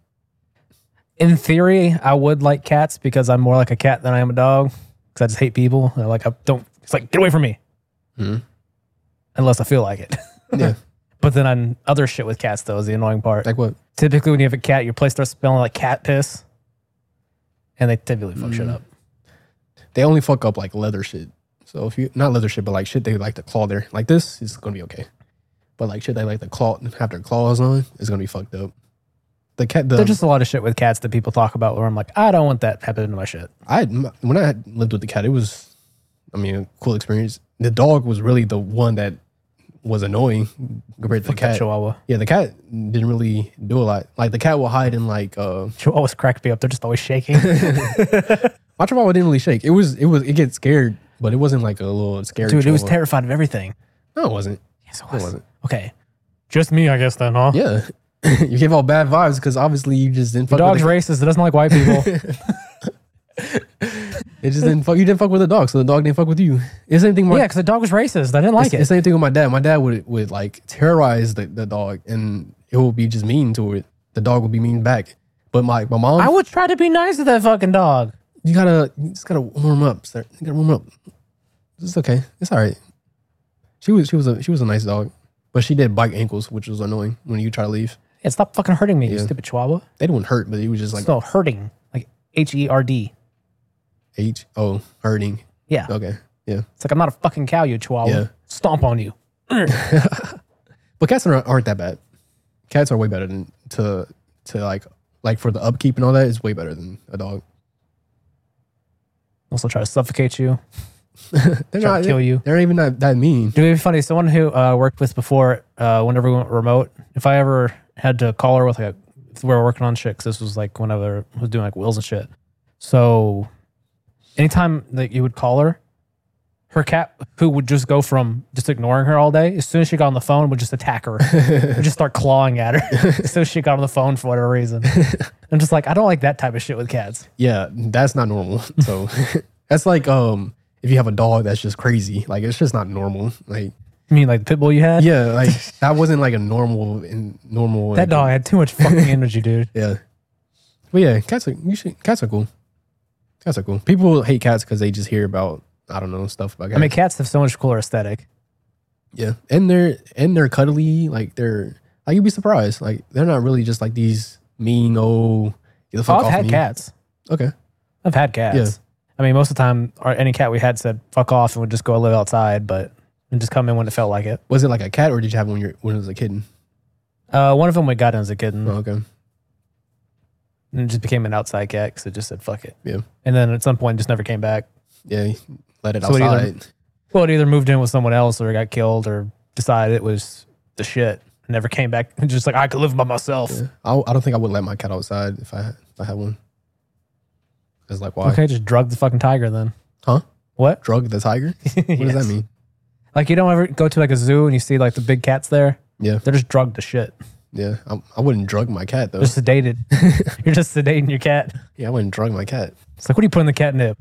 In theory, I would like cats because I'm more like a cat than I am a dog because I just hate people. And I like I don't. It's like get away from me. Hmm. Unless I feel like it. Yeah. but then on other shit with cats though is the annoying part. like what? typically when you have a cat, your place starts smelling like cat piss, and they typically fuck Hmm. shit up. they only fuck up like leather shit. So if you not leather shit, but like shit they like to claw their like this is gonna be okay. But like shit they like to claw have their claws on is gonna be fucked up. The cat the There's just a lot of shit with cats that people talk about where I'm like, I don't want that happening to my shit. I had, m- when I had lived with the cat, it was I mean a cool experience. The dog was really the one that was annoying compared to the cat. Chihuahua. Yeah, the cat didn't really do a lot. Like the cat will hide in like uh Chihuahuas crack me up. They're just always shaking. my chihuahua didn't really shake. It was it was it gets scared, but it wasn't like a little scary. Dude, it was chihuahua. terrified of everything. No, it wasn't. Yes, It wasn't. Okay. Just me, I guess, then, huh? Yeah. you gave all bad vibes because obviously you just didn't The fuck dog's with the, racist. It doesn't like white people. it just didn't fuck you didn't fuck with the dog, so the dog didn't fuck with you. It's the same thing my yeah, because the dog was racist. I didn't like it's, it. it's the same thing with my dad. My dad would would like terrorize the, the dog and it would be just mean to it. The dog would be mean back. But my my mom I would try to be nice to that fucking dog. you gotta you just gotta warm up, sir. You gotta warm up. It's okay. It's all right. She was she was a she was a nice dog, but she did bite ankles, which was annoying when you try to leave. Yeah, stop fucking hurting me, you stupid chihuahua. They didn't hurt, but it was just like It's no hurting. Like H E R D. H O hurting. Yeah. Okay, yeah. It's like I'm not a fucking cow, you chihuahua. Yeah. Stomp on you. But cats aren't, aren't that bad. Cats are way better than to to like like for the upkeep and all that is way better than a dog. Also try to suffocate you. They're Try to not kill you. They're not even that, that mean. Dude, it'd be funny. Someone who uh, worked with before, uh, whenever we went remote, if I ever had to call her with like, if we were working on shit, 'cause this was like whenever I was doing like wills and shit. So anytime that you would call her, her cat, who would just go from just ignoring her all day, as soon as she got on the phone, would just attack her, would just start clawing at her. so she got on the phone for whatever reason. I'm just like, I don't like that type of shit with cats. Yeah, that's not normal. So that's like um if you have a dog that's just crazy. Like it's just not normal. Like You mean like the pit bull you had? Yeah, like that wasn't like a normal in normal. That dog had too much fucking energy, dude. Yeah. But yeah, cats are you should cats are cool. Cats are cool. People hate cats because they just hear about I don't know stuff about cats. I mean, cats have so much cooler aesthetic. yeah, and they're and they're cuddly. Like they're like you'd be surprised. Like they're not really just like these mean old. Get the fuck I've off had me. cats. Okay. I've had cats. Yeah. I mean, most of the time, our, any cat we had said "fuck off" and would just go live outside, but and just come in when it felt like it. Was it like a cat or did you have one when you when it was a kitten? Uh, one of them we got in as a kitten, Oh, okay. and it just became an outside cat because it just said "fuck it." Yeah. And then at some point, just never came back. Yeah. Let it So it either- outside. Well, it either moved in with someone else, or it got killed, or decided it was the shit. and Never came back. Just like I could live by myself. I, I don't think I would let my cat outside if I if I had one. Cause like why? Okay, just drug the fucking tiger then. Huh? What? Drug the tiger? what What does that mean? Like you don't ever go to like a zoo and you see like the big cats there. Yeah. They're just drugged to shit. Yeah, I, I wouldn't drug my cat though. They're sedated. You're just sedating your cat. yeah, I wouldn't drug my cat. It's like, what do you put in the catnip?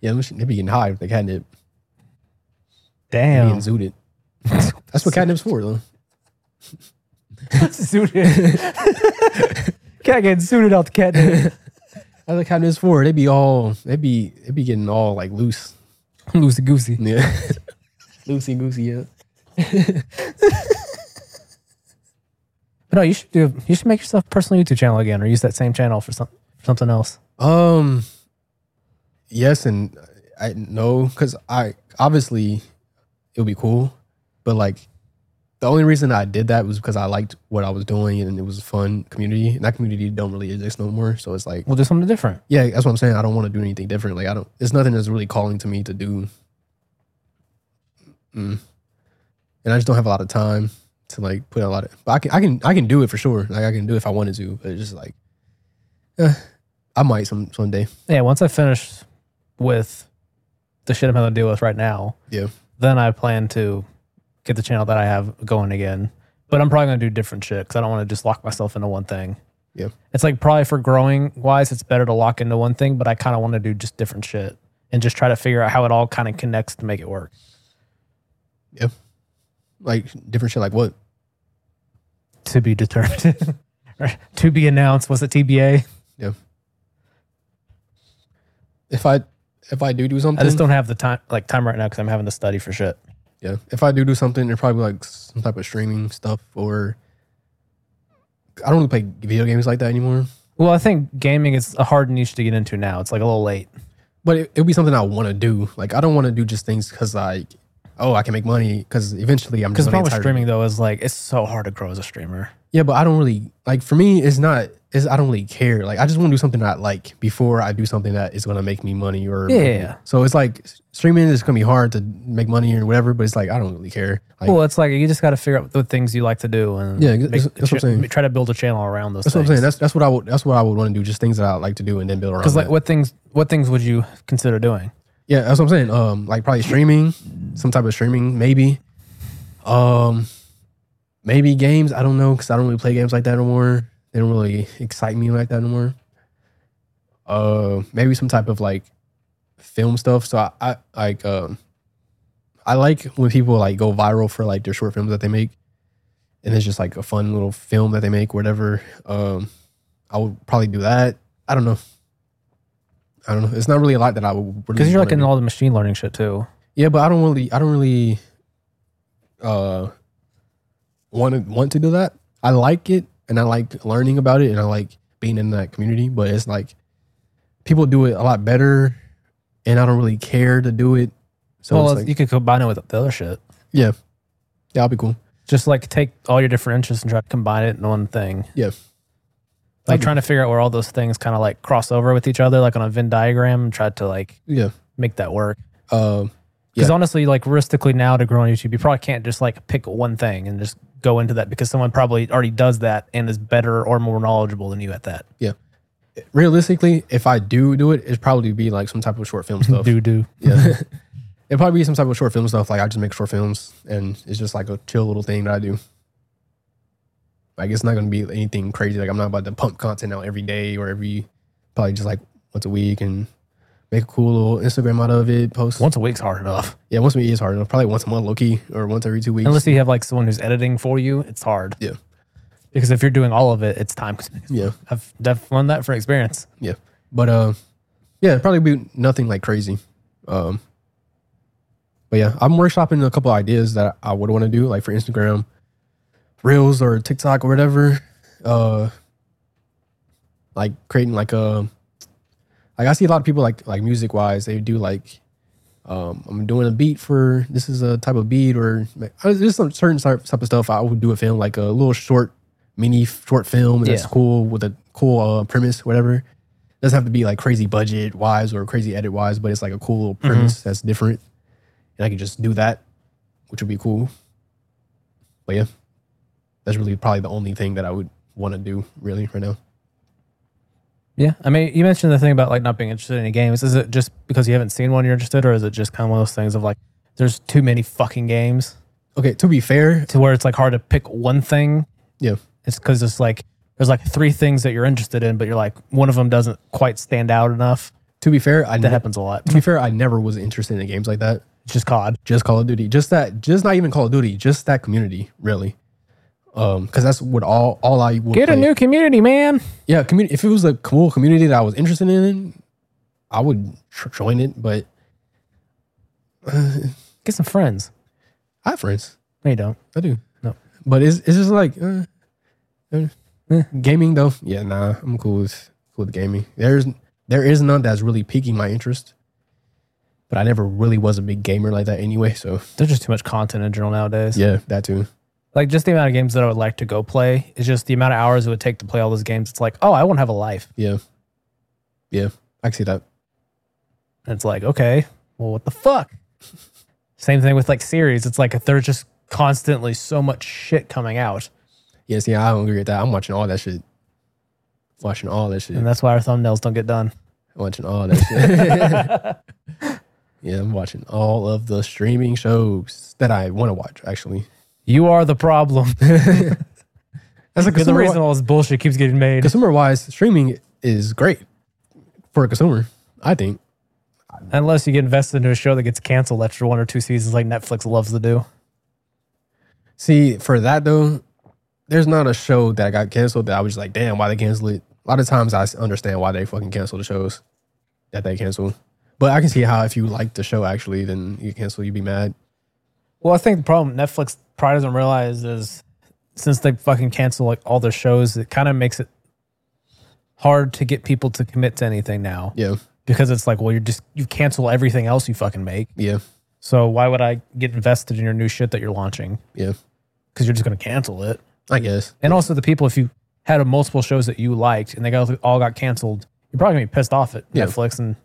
Yeah, they should- they be getting high with the catnip, Damn. being zooted. That's what catnip's for though. suited. Cat getting suited out the catnip. That's what catnip's for. They be all they be they be getting all like loose. Loosey goosey. Yeah, loosey goosey. Yeah, But no, you should do. You should make yourself a personal YouTube channel again, or use that same channel for some, for something else. Um, yes and I no, because I obviously it would be cool, but like the only reason I did that was because I liked what I was doing and it was a fun community. And that community don't really exist no more, so it's like We'll do something different. yeah, that's what I'm saying. I don't want to do anything different. Like I don't. There's nothing that's really calling to me to do. Mm. And I just don't have a lot of time to like put a lot of. But I can, I can, I can do it for sure. Like I can do it if I wanted to. But it's just like, eh, I might some someday. Yeah. Once I finish with the shit I'm having to deal with right now, Yeah, then I plan to get the channel that I have going again. But I'm probably gonna do different shit because I don't want to just lock myself into one thing. yeah, It's like probably for growing wise, it's better to lock into one thing, but I kind of want to do just different shit and just try to figure out how it all kind of connects to make it work. yeah. Like different shit. Like what? To be determined. Or to be announced. Was it TBA? Yeah. If I if I do do something, I just don't have the time, like time right now, because I'm having to study for shit. Yeah. If I do do something, they're probably like some type of streaming stuff or I don't really play video games like that anymore. Well, I think gaming is a hard niche to get into now. It's like a little late. But it, it'll be something I want to do. Like I don't want to do just things because like, oh, I can make money because eventually I'm Because the just problem gonna get with tired. streaming though is like it's so hard to grow as a streamer. Yeah, but I don't really like for me. It's not. it's, I don't really care. Like I just want to do something I like before I do something that is going to make me money or Yeah. So it's like streaming is going to be hard to make money or whatever, but it's like I don't really care. Like well, it's like you just got to figure out the things you like to do and Yeah, that's- make the that's what I'm cha- saying. try to build a channel around those. that's what I'm things. saying. That's that's what I would that's what I would want to do. Just things that I like to do and then build around. Because like, that. what things? What things would you consider doing? Yeah, that's what I'm saying. Um, like probably streaming, some type of streaming, maybe. Um, maybe games. I don't know because I don't really play games like that anymore. They don't really excite me like that anymore. Uh, maybe some type of like film stuff. So I, I like um, I like when people like go viral for like their short films that they make, and it's just like a fun little film that they make, whatever. Um, I would probably do that. I don't know. I don't know. It's not really a lot that I would. Because really you're wanna like in do. all the machine learning shit too. Yeah, but I don't really, I don't really, uh, want to want to do that. I like it, and I like learning about it, and I like being in that community. But it's like people do it a lot better, and I don't really care to do it. So well, it's like, you could combine it with the other shit. yeah, that'll be cool. Just like take all your different interests and try to combine it in one thing. Yeah, Like trying to figure out where all those things kind of like cross over with each other, like on a Venn diagram, and try to like yeah. make that work. Um, Because Yeah. honestly, like realistically now to grow on YouTube, you probably can't just like pick one thing and just go into that because someone probably already does that and is better or more knowledgeable than you at that. realistically, if I do do it, it'd probably be like some type of short film stuff. Do do. Yeah. It'd probably be some type of short film stuff. Like I just make short films and it's just like a chill little thing that I do. Like it's not gonna be anything crazy. Like I'm not about to pump content out every day or every probably just like once a week and make a cool little Instagram out of it, post Once a week's hard enough. yeah, once a week is hard enough. Probably once a month low key or once every two weeks. Unless you have like someone who's editing for you, it's hard. Yeah. Because if you're doing all of it, it's time consuming. yeah. I've, I've learned that from experience. Yeah. But uh yeah, it'd probably be nothing like crazy. Um but yeah, I'm workshopping a couple ideas that I would want to do, like for Instagram Reels or TikTok or whatever. Uh like creating like a like I see a lot of people like like music wise, they do like um, I'm doing a beat for this is a type of beat or uh, there's some certain type type of stuff I would do a film like a little short mini short film that's Yeah. cool with a cool uh, premise whatever doesn't have to be like crazy budget wise or crazy edit wise but it's like a cool little premise that's different and I could just do that which would be cool but yeah that's really probably the only thing that I would want to do really right now Yeah. I mean, you mentioned the thing about like not being interested in games. Is it just because you haven't seen one you're interested, or is it just kind of one of those things of like, there's too many fucking games okay to be fair to where it's like hard to pick one thing? yeah It's because it's like, there's like three things that you're interested in, but you're like, one of them doesn't quite stand out enough. to be fair I That ne- happens a lot. to be fair I never was interested in games like that It's just COD. just Call of Duty, just that, just not even Call of Duty, just that community, really. Um, because that's what all all I would play. community, man. yeah community. If it was a cool community that I was interested in, I would tr- join it. But Get some friends. I have friends, No, you don't. I do. No. but it's it's just like uh, uh, Eh. gaming though. Yeah, nah, I'm cool with cool with gaming. There's there is none that's really piquing my interest. But I never really was a big gamer like that anyway. So There's just too much content in general nowadays. yeah, that too. like just the amount of games that I would like to go play is just the amount of hours it would take to play all those games. It's like, oh, I won't have a life. Yeah, yeah, I can see that. And it's like, okay, well, what the fuck? Same thing with like series. It's like there's just constantly so much shit coming out, Yeah, see, I don't agree with that. I'm watching all that shit. Watching all that shit. and that's why our thumbnails don't get done. Watching all that shit. yeah, I'm watching all of the streaming shows that I want to watch, actually. You are the problem. That's like You're the consumer, reason all this bullshit keeps getting made. consumer wise, streaming is great for a consumer, I think. Unless you get invested into a show that gets canceled after one or two seasons, like Netflix loves to do. See, for that though, there's not a show that got canceled that I was just like, damn, why they cancel it? A lot of times I s- understand why they fucking cancel the shows that they cancel. But I can see how if you like the show actually, then you cancel, you'd be mad. Well, I think the problem Netflix probably doesn't realize is since they fucking cancel like all their shows, it kind of makes it hard to get people to commit to anything now Yeah, because it's like, well, you're just you cancel everything else you fucking make. yeah, So why would I get invested in your new shit that you're launching? yeah. Because you're just gonna cancel it. I guess. And also the people, if you had a multiple shows that you liked and they got, all got canceled, you're probably gonna be pissed off at Yeah. Netflix and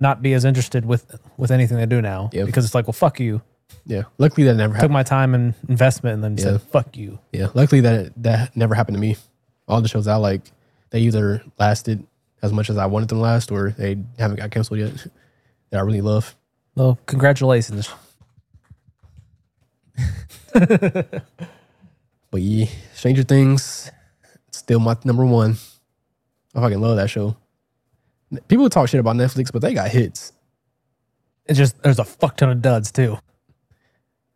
not be as interested with with anything they do now Yep. because it's like, well, fuck you. Yeah. Luckily that never Took happened. my time and investment and then Yeah. said, fuck you. Yeah. Luckily that that never happened to me. All the shows I like, they either lasted as much as I wanted them to last, or they haven't got canceled yet. That I really love. Well, congratulations. But yeah, Stranger Things, it's still my number one. I fucking love that show. People talk shit about Netflix, but they got hits. It's just there's a fuck ton of duds too.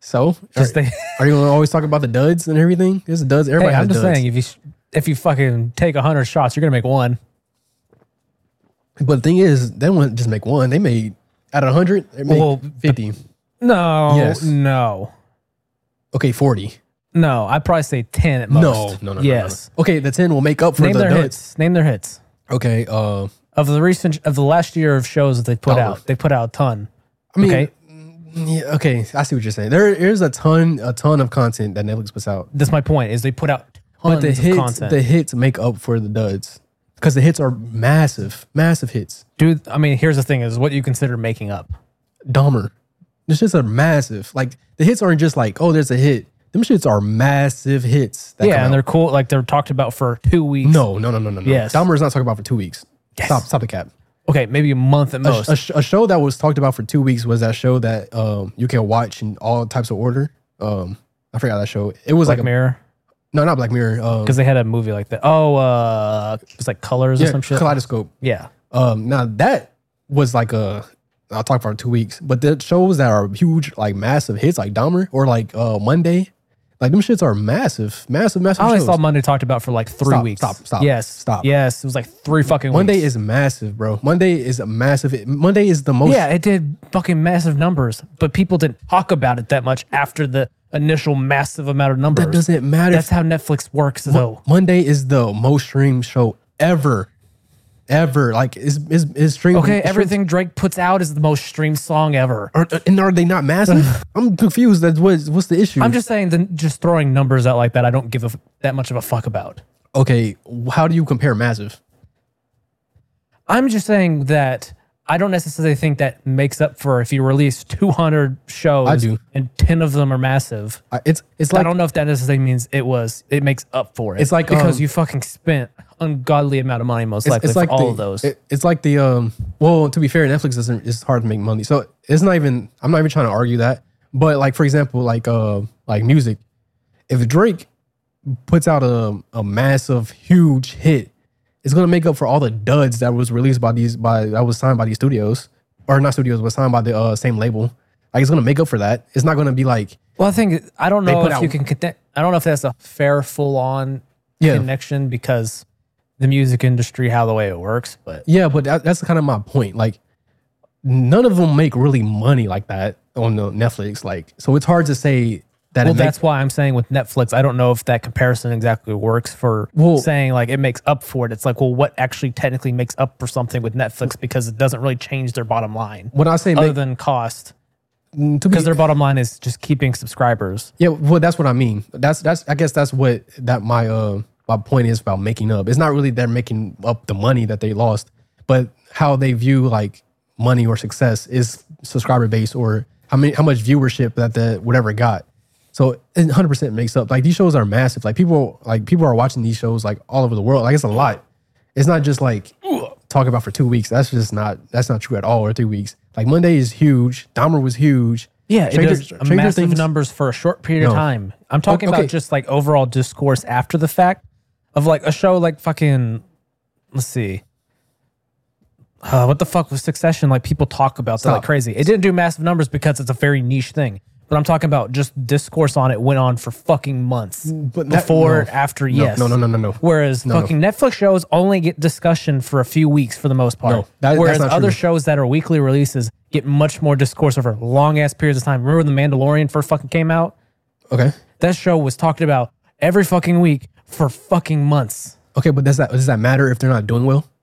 So Just are, think, are you gonna always talk about the duds and everything? There's duds. Everybody hey, has I'm just duds. saying if you sh- if you fucking take hundred shots, you're gonna make one. But the thing is, they wouldn't just make one. They made out of hundred, they made Well, fifty. No, Yes. no, Okay, forty. no. I'd probably say ten at most. No, no, no, no. yes. no. Okay, the ten will make up for Name the their duds. hits. Name their hits Okay, uh, I of the recent of the last year of shows that they put Oh. out. They put out a ton. mean, Okay. yeah, okay, I see what you're saying. There is a ton, a ton of content that Netflix puts out, That's my point. Is they put out tons but the of hits, content. the hits make up for the duds because the hits are massive, massive hits. Dude, I mean, here's the thing: is what you consider making up. Dahmer, this shits are massive. Like the hits aren't just like, oh, there's a hit. Them shits are massive hits. That yeah, come and out. they're cool. Like they're talked about for two weeks. No, no, no, no, no, no. Yes. Dahmer is not talking about for two weeks. Yes. Oh, Stop, stop the cap. Okay, maybe a month at most. A, sh- a show that was talked about for two weeks was that show that um you can watch in all types of order. Um, I forgot that show. It was Black like a, Mirror. no, not Black Mirror. Um, because they had a movie like that. Oh, uh, it was like Colors or yeah, some shit. Kaleidoscope. yeah, Um, now that was like a I'll talk for two weeks, but the shows that are huge, like massive hits, like Dahmer or like uh Monday, like them shits are massive, massive, massive. I only shows. saw Monday talked about for like three Stop, weeks. stop, stop, Yes, stop. Yes, it was like three fucking Monday weeks. is massive, bro. Monday is a massive. hit. Monday is the most. yeah, it did fucking massive numbers, but people didn't talk about it that much after the initial massive amount of numbers. that doesn't matter. That's how Netflix works, though. Monday is the most streamed show ever, ever. Like is is is streamed? Okay, everything Drake puts out is the most streamed song ever. Are, uh, and are they not massive? I'm confused. That's what's what's the issue? I'm just saying, then just throwing numbers out like that, I don't give a, f- that much of a fuck about. okay. How do you compare massive? I'm just saying that I don't necessarily think that makes up for if you release 200 shows I do. and 10 of them are massive. I- It's it's I like don't know if that necessarily means it was. It makes up for it. It's like, because um, you fucking spent ungodly amount of money most likely it's for like all the- of those. it- it's like the um. Well, to be fair, Netflix doesn't. It's hard to make money, so it's not even. I'm not even trying to argue that. But like for example, like uh, like music. If Drake puts out a a massive, huge hit, it's gonna make up for all the duds that was released by these by that was signed by these studios or not studios, but signed by the uh, same label. Like it's gonna make up for that. It's not gonna be like well, I think I don't They know put if out- you can connect. I don't know if that's a fair full on yeah. connection because the music industry, how the way it works, but Yeah, but that, that's kind of my point. Like, none of them make really money like that on the Netflix. Like, so it's hard to say that. well, it makes, that's why I'm saying with Netflix, I don't know if that comparison exactly works for Well- saying like it makes up for it. It's like, well, what actually technically makes up for something with Netflix because it doesn't really change their bottom line when I say other make, than cost to be, because their bottom line is just keeping subscribers. yeah, well, that's what I mean. That's that's I guess that's what that my uh my point is about making up. It's not really they're making up the money that they lost, but how they view like money or success is subscriber base or how many how much viewership that the whatever got. So it 100% makes up. Like these shows are massive. Like people like people are watching these shows like all over the world. Like it's a lot. It's not just like talk about for 2 weeks. That's just not that's not true at all or 3 weeks. Like Monday is huge. Dahmer was huge. Yeah, it Stranger- does Stranger massive Things- numbers for a short period of No. Oh, time. I'm talking okay. about just like overall discourse after the fact of like a show like fucking. Let's see. Uh, what the fuck was Succession? Like people talk about that like Stop. crazy. It didn't do massive numbers because it's a very niche thing. But I'm talking about just discourse on it went on for fucking months Mm, But that- before, no. after, No, yes. no, no, no, no, no. Whereas fucking Netflix shows only get discussion for a few weeks for the most part. No, that- that's Whereas not other true. shows that are weekly releases get much more discourse over long ass periods of time. Remember when The Mandalorian first fucking came out? Okay. That show was talked about every fucking week for fucking months. Okay, but does that does that matter if they're not doing well?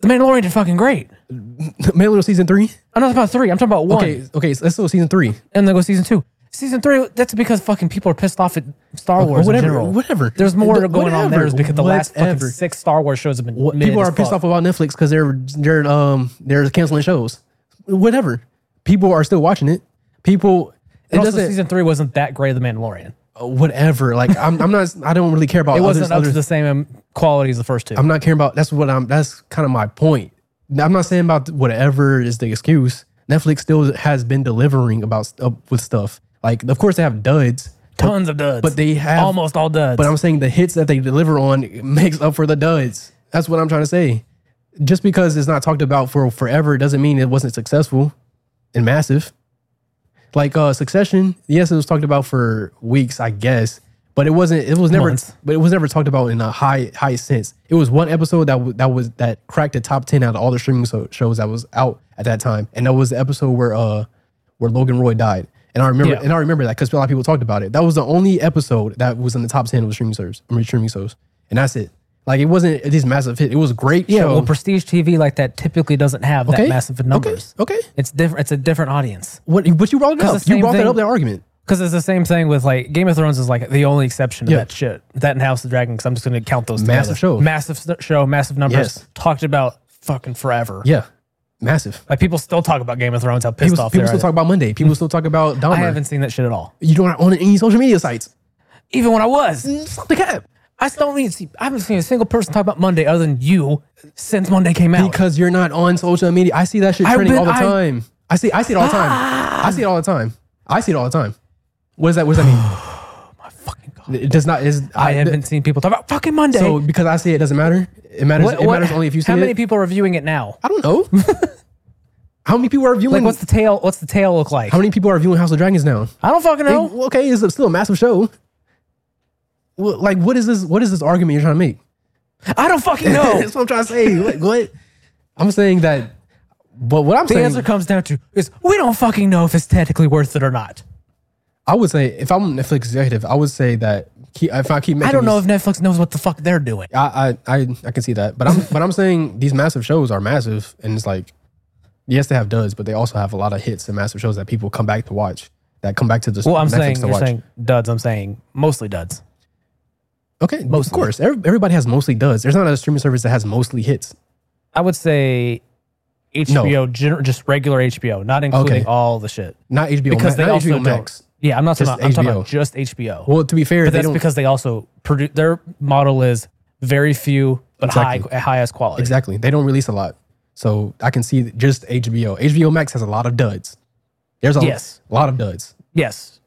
The Mandalorian did fucking great. Mandalorian season three. I'm not talking about three. I'm talking about one. Okay, okay, so let's go season three. And then go season two. Season three. That's because fucking people are pissed off at Star Wars whatever, in general. whatever. There's more Whatever, going on there is because the last fucking whatever. six Star Wars shows have been. What, mid people as are pissed fuck. off about Netflix because they're they're um they're canceling shows. Whatever. People are still watching it. People. It And also, doesn't. season three wasn't that great of The Mandalorian. Uh, whatever. Like I'm. I'm not. I don't really care about. It others- wasn't up others- to the same quality as the first two. I'm not caring about. That's what I'm. That's kind of my point. I'm not saying about whatever is the excuse. Netflix still has been delivering about up with stuff. Like of course they have duds, Tons of duds, but they have. almost all duds. But I'm saying the hits that they deliver on makes up for the duds. That's what I'm trying to say. Just because it's not talked about for forever doesn't mean it wasn't successful and massive. Like uh Succession, yes, it was talked about for weeks, I guess, but it wasn't. It was never. Months. But it was never talked about in a high high sense. It was one episode that w- that was that cracked the top ten out of all the streaming so- shows that was out at that time, and that was the episode where uh where Logan Roy died. And I remember Yeah. and I remember that because a lot of people talked about it. That was the only episode that was in the top ten of the streaming shows. I mean, streaming shows, and that's it. Like it wasn't this massive hit. It was a great yeah, show. well, prestige TV like that typically doesn't have that massive of numbers. Okay. okay. It's different. It's a different audience What? But you brought it the up. same You brought thing- that up. That argument. because it's the same thing with like Game of Thrones is like the only exception to Yeah. that shit. That and House of Dragon. Because I'm just going to count those Massive together. shows. massive s- show, massive numbers Yes. talked about fucking forever. Yeah. Massive. Like people still talk about Game of Thrones. How pissed People, off people they still are. talk about Monday. People still talk about Dahmer. I haven't seen that shit at all. You don't own any social media sites. Even when I was, Stop the cap. I still don't even see. I haven't seen a single person talk about Monday other than you since Monday came out. Because you're not on social media. I see that shit I've trending been- all the I- time. I, see. I see it all the time. I see it all the time. I see it all the time. What does that? What does that fucking God. mean? It does not. Is I haven't seen people talk about fucking Monday. So because I see it, it doesn't matter. It matters. What- it what- matters only if you see how many it. people are viewing it now? I don't know. how many people are viewing? Like, what's the tail? What's the tail look like? how many people are viewing House of Dragons now? I don't fucking know. Well, okay, it's still a massive show. Well, like, what is this? What is this argument you're trying to make? I don't fucking know. That's what I'm trying to say. Like, what? I'm saying that. But what I'm the saying, answer comes down to is we don't fucking know if it's technically worth it or not. I would say, if I'm a Netflix executive, I would say that keep, if I keep making, I don't know these- if Netflix knows what the fuck they're doing. I, I I I can see that, but I'm but I'm saying these massive shows are massive, and it's like, yes, they have duds, but they also have a lot of hits and massive shows that people come back to watch, that come back to the Well, I'm Netflix saying to you're watch. saying duds. I'm saying mostly duds. okay, of course, every- everybody has mostly duds. There's not a streaming service that has mostly hits. I would say HBO, gener- just regular HBO, not including Okay. all the shit Not HBO because Max. they not also HBO don't- Max. Yeah, I'm not talking Just about. I'm talking HBO. about just HBO. Well, to be fair, but they that's don't because they also produce. Their model is very few but high, highest quality. exactly they don't release a lot. So I can see that just HBO. HBO Max has a lot of duds. There's a Yes. lot of duds. Yes.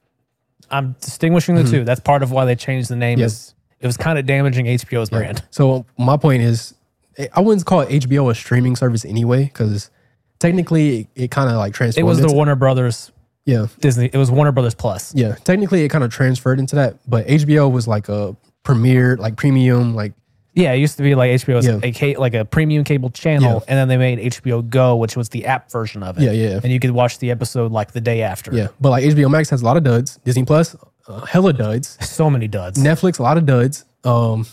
I'm distinguishing the two. That's part of why they changed the name. Mm-hmm. Yes. Is it was kind of damaging HBO's brand. So my point is, eh, I- I wouldn't call HBO a streaming service anyway, because technically it, kind of like It transformed. was the into- Warner Brothers yeah, Disney. It was Warner Brothers Plus. yeah. Technically, it kind of transferred into that, but HBO was like a premier, like premium, like Yeah, it used to be like HBO was Yeah. a ca- like a premium cable channel, Yeah. and then they made HBO Go, which was the app version of it. Yeah, yeah. And you could watch the episode like the day after. yeah. But like HBO Max has a lot of duds. Disney Plus, uh, hella duds. So many duds. Netflix, a lot of duds. Um,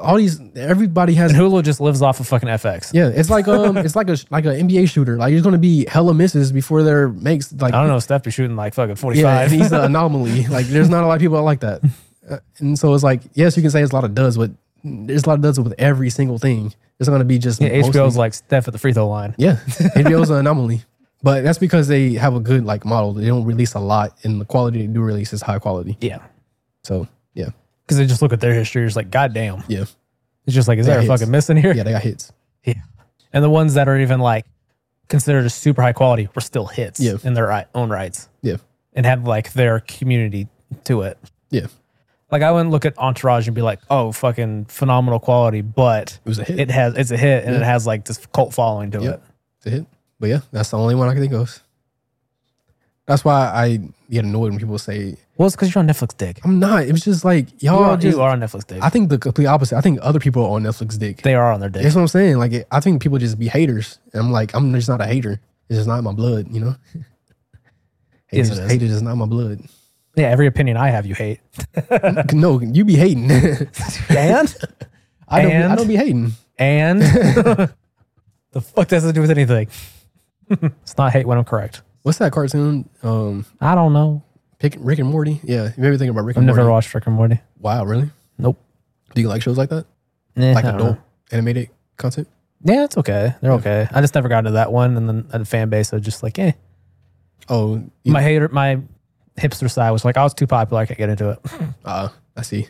all these, everybody has. And Hulu just lives off of fucking FX. Yeah, it's like um, it's like a sh- like an NBA shooter. Like there's gonna be hella misses before there makes. Like I don't know. Steph be shooting like fucking forty Yeah, five. and he's an anomaly. Like, there's not a lot of people that like that. Uh, and so it's like, yes, you can say it's a lot of duds, but there's a lot of duds with every single thing. It's going to be just HBO's mostly- like Steph at the free throw line. yeah, HBO's an anomaly. But that's because they have a good like model. They don't release a lot, and the quality they do release is high quality. Yeah, So yeah, because they just look at their history. It's like, goddamn. yeah, It's just like, is Yeah, there a it is. fucking miss in here? yeah. They got hits. Yeah. And the ones that are even like considered as super high quality were still hits Yeah. in their ri- own rights Yeah, and had like their community to it. yeah. It Like I wouldn't look at Entourage and be like, "Oh, fucking phenomenal quality," but was a hit. it has it's a hit and it has like this cult following to Yep. it. It's a hit. But yeah, that's the only one I can think of. That's why I get annoyed when people say Well, it's because you're on Netflix, dick. I'm not. It was just like y'all You are, just. you are on Netflix, dick. I think the complete opposite. I think other people are on Netflix dick. they are on their dick. That's what I'm saying. Like, it, I think people just be haters. And I'm like, I'm just not a hater. It's just not in my blood, you know? Yes, Haters, it is. haters is not in my blood. yeah, every opinion I have, you hate. no, you be hating. And I, don't, be- I And? don't be hating. and the fuck does it do with anything? it's not hate when I'm correct. What's that cartoon? Um, I don't know. Pick, Rick and Morty. Yeah, you made me think about I've Rick and never Morty. watched Rick and Morty. Wow, really? Nope. Do you like shows like that? Eh, Like I don't know. adult animated content? Yeah, it's okay. They're okay. I just never got into that one, and then the fan base was just like, eh. Oh, you- My hater, my hipster side was like, I was too popular. I can't get into it. uh, I see.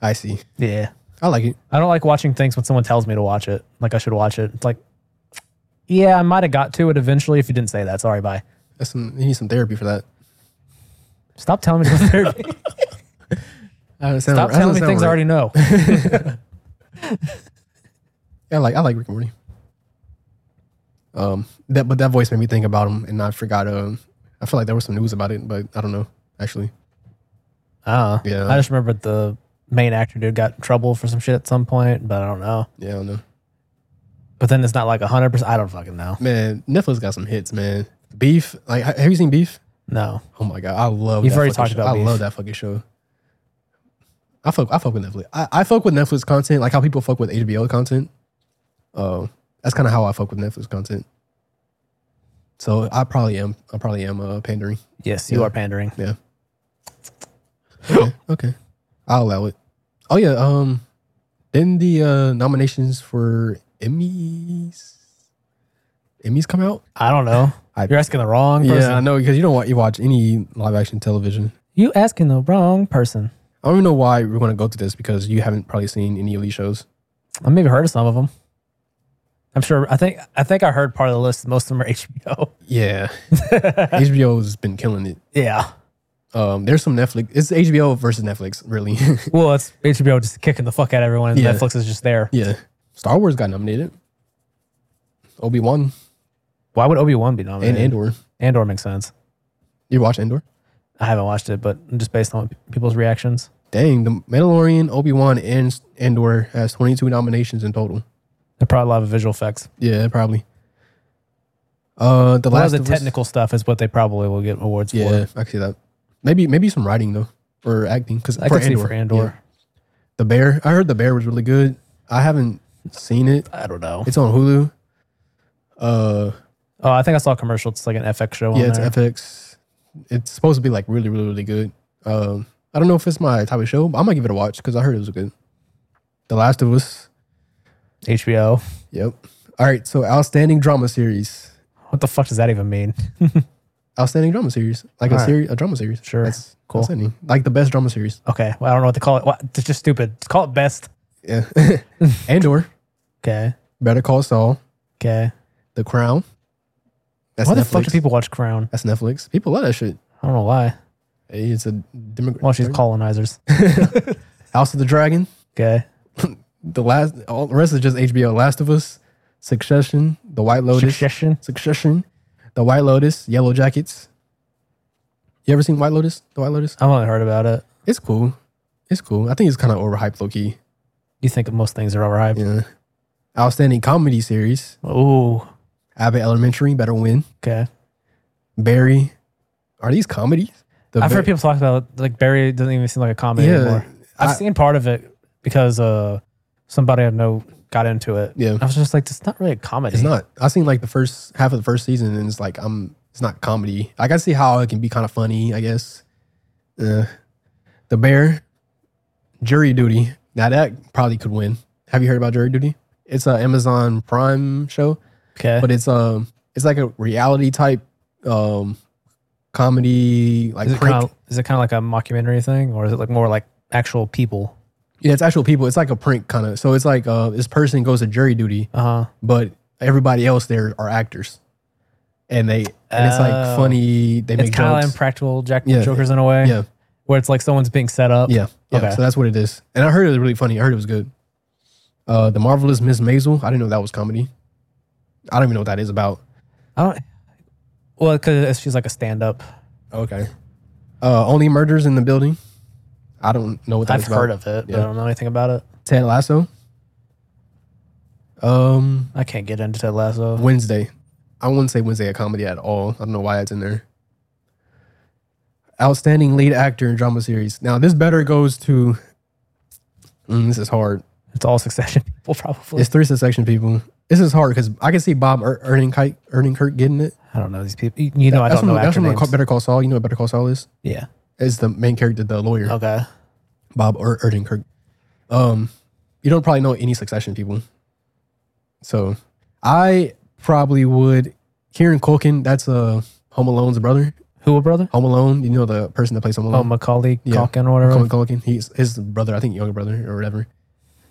I see. yeah, I like it. I don't like watching things when someone tells me to watch it. Like I should watch it. It's like, yeah, I might have got to it eventually if you didn't say that. Sorry, bye. That's some, you need some therapy Uh, for that. Stop telling me to go to therapy. Stop telling me things I already know. Yeah, I like I like Rick and Morty. Um, that but that voice made me think about him, and I forgot. Um, I feel like there was some news about it, but I don't know actually. Uh, Yeah. I just remember the main actor dude got in trouble for some shit at some point, but I don't know. Yeah, I don't know. But then it's not like hundred percent. I don't fucking know. Man, Netflix got some hits, man. Beef, like ha- have you seen Beef? No, Oh my god, I love. You've that already fucking talked show. about I Beef. love that fucking show. I fuck. I fuck with Netflix. I, I fuck with Netflix content like how people fuck with HBO content. Uh, that's kind of how I fuck with Netflix content. So I probably am. I probably am uh, pandering. yes, you Yeah. are pandering. Yeah. Okay, okay. I'll allow it. Oh yeah. Um. Then the uh, nominations for Emmys. Emmys come out. I don't know. I- You're asking the wrong person. Yeah, I know because you don't wa- you watch any live action television. You asking the wrong person. I don't even know why we're going to go through this because you haven't probably seen any of these shows. I maybe heard of some of them. I'm sure. I think. I think I heard part of the list. Most of them are HBO. Yeah, HBO has been killing it. Yeah. Um, there's some Netflix. It's HBO versus Netflix, really. Well, it's HBO just kicking the fuck out of everyone, and Yeah. Netflix is just there. yeah, Star Wars got nominated. Obi Wan Why would Obi Wan be and nominated? Andor. Andor makes sense. You watch Andor? I haven't watched it, but just based on people's reactions. Dang, the Mandalorian, Obi Wan, and Andor has 22 nominations in total. They're probably a lot of visual effects. Yeah, probably. Uh, the A lot of last the of Us- technical stuff is what they probably will get awards Yeah, for. I can see that. Maybe maybe some writing though or acting because I could see for Andor. The Bear. I heard The Bear was really good. I haven't seen it. I don't know. It's on Hulu. Uh, Oh, I think I saw a commercial. It's like an FX show. yeah, on it's there. FX. It's supposed to be like really, really, really good. Um, I don't know if it's my type of show, but I might give it a watch because I heard it was good. The Last of Us. HBO. Yep. All right. So, outstanding drama series. What the fuck does that even mean? Outstanding drama series, like a All right. series, a drama series. Sure. That's Cool. Outstanding. Like the best drama series. Okay, well, I don't know what to call it. What? It's just stupid. Just call it best. Yeah. Andor, Okay. Better Call Saul, Okay. The Crown. That's why the Netflix. fuck do people watch Crown? That's Netflix. People love that shit. I don't know why. Hey, It's a demographic. Well, she's colonizers. House of the Dragon. Okay. The last, all the rest is just HBO. Last of Us, Succession, The White Lotus, Succession. Succession, The White Lotus, Yellow Jackets. You ever seen White Lotus? The White Lotus. I've only heard about it. It's cool. It's cool. I think it's kind of overhyped, low key. You think most things are overhyped? Yeah. Outstanding comedy series. Ooh. Abbott Elementary, Better Win, Okay. Barry. Are these comedies? The I've heard Bar- people talk about it. Like Barry doesn't even seem like a comedy Yeah. anymore. I've I- seen part of it because uh somebody I know got into it. Yeah. I was just like, it's not really a comedy. It's not. I've seen like the first half of the first season, and it's like I'm. It's not comedy. Like I see how it can be kind of funny. I guess. Uh, the Bear, Jury Duty. Now that probably could win. Have you heard about Jury Duty? It's an Amazon Prime show, Okay. but it's um, it's like a reality type, um, comedy like is it prank. kind of is it kind of like a mockumentary thing, or is it like more like actual people? yeah, it's actual people. It's like a prank kind of. So it's like uh, this person goes to jury duty, Uh huh. but everybody else there are actors, and they and it's Oh. like funny. They It's make kind of jokes. like practical Jack Yeah. Jokers in a way. Yeah, Where it's like someone's being set up. yeah, yeah. Okay. So that's what it is. And I heard it was really funny. I heard it was good. Uh, the marvelous Miss Maisel. I didn't know that was comedy. I don't even know what that is about. I don't. Well, because she's like a stand-up. Okay. Uh, only murders in the building. I don't know what that's I've about. heard of it, but I Yeah. don't know anything about it. Ted Lasso. Um, I can't get into Ted Lasso. Wednesday. I wouldn't say Wednesday a comedy at all. I don't know why it's in there. Outstanding lead actor in drama series. Now this better goes to. Mm, this is hard. It's all Succession people, probably. It's three Succession people. This is hard because I can see Bob er- earning Kike, earning Kirk getting it. I don't know these people. You, you know, I that's don't know what, that's actor what names. Call- Better Call Saul. You know what Better Call Saul is? yeah. It's the main character, the lawyer, Okay. Bob er- Erdenkirk. Um, you don't probably know any Succession people, so I probably would. Kieran Culkin, that's uh, Home Alone's brother. Who a brother? Home Alone, you know the person that plays Home Alone. Oh, Macaulay Yeah. Culkin or whatever. Colin Culkin. He's his brother, I think younger brother or whatever.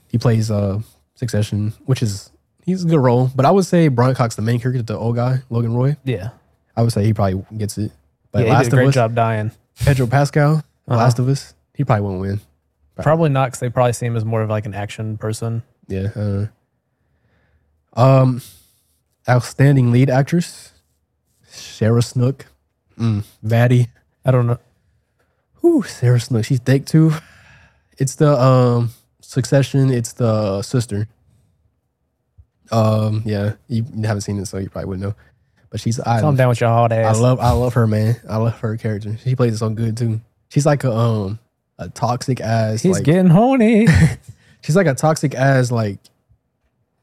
He plays uh Succession, which is he's a good role. But I would say Brian Cox, the main character, the old guy, Logan Roy. Yeah. I would say he probably gets it. But yeah, he Last did of a great Us, job dying. Pedro Pascal, Uh-huh. Last of Us, he probably won't win. Probably not, because they probably see him as more of like an action person. Yeah. I don't know. um, outstanding lead actress, Sarah Snook, mm, Batty. I don't know. Whew, Sarah Snook, she's thick too. It's the um Succession. It's the sister. Um, yeah, you haven't seen it, so you probably wouldn't know. But she's I, Calm down with your hot I ass. love I love her man. I love her character. She plays it so good too. She's like a um a toxic ass. He's like, getting horny. she's like a toxic ass like.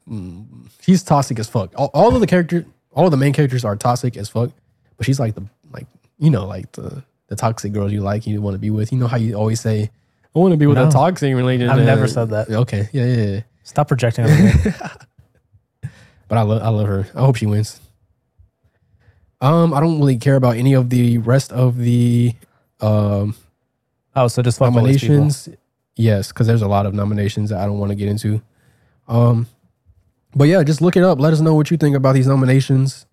mm, she's toxic as fuck. All, all of the character, all of the main characters are toxic as fuck. But she's like the like you know like the the toxic girls you like you want to be with. You know how you always say, "I want to be with No. a toxic related." I've never said that. Okay, yeah, yeah. yeah. Stop projecting on me. But I love I love her. I hope she wins. Um, I don't really care about any of the rest of the um Oh, so just fuck all these people. nominations. Yes, because there's a lot of nominations that I don't want to get into. Um, but yeah, just look it up. Let us know what you think about these nominations.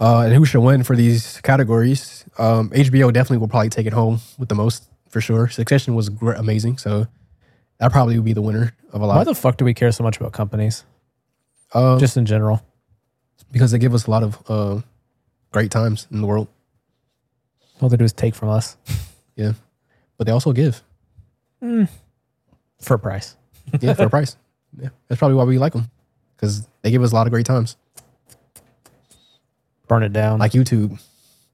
Uh, and who should win for these categories? Um, HBO definitely will probably take it home with the most for sure. Succession was gr- amazing, so that probably would be the winner of a Why lot. the fuck do we care so much about companies? Um, Just in general. because they give us a lot of uh, great times in the world, All they do is take from us but they also give for a price. yeah for a price. Yeah, that's probably why we like them because they give us a lot of great times, Burn it down. Like like YouTube.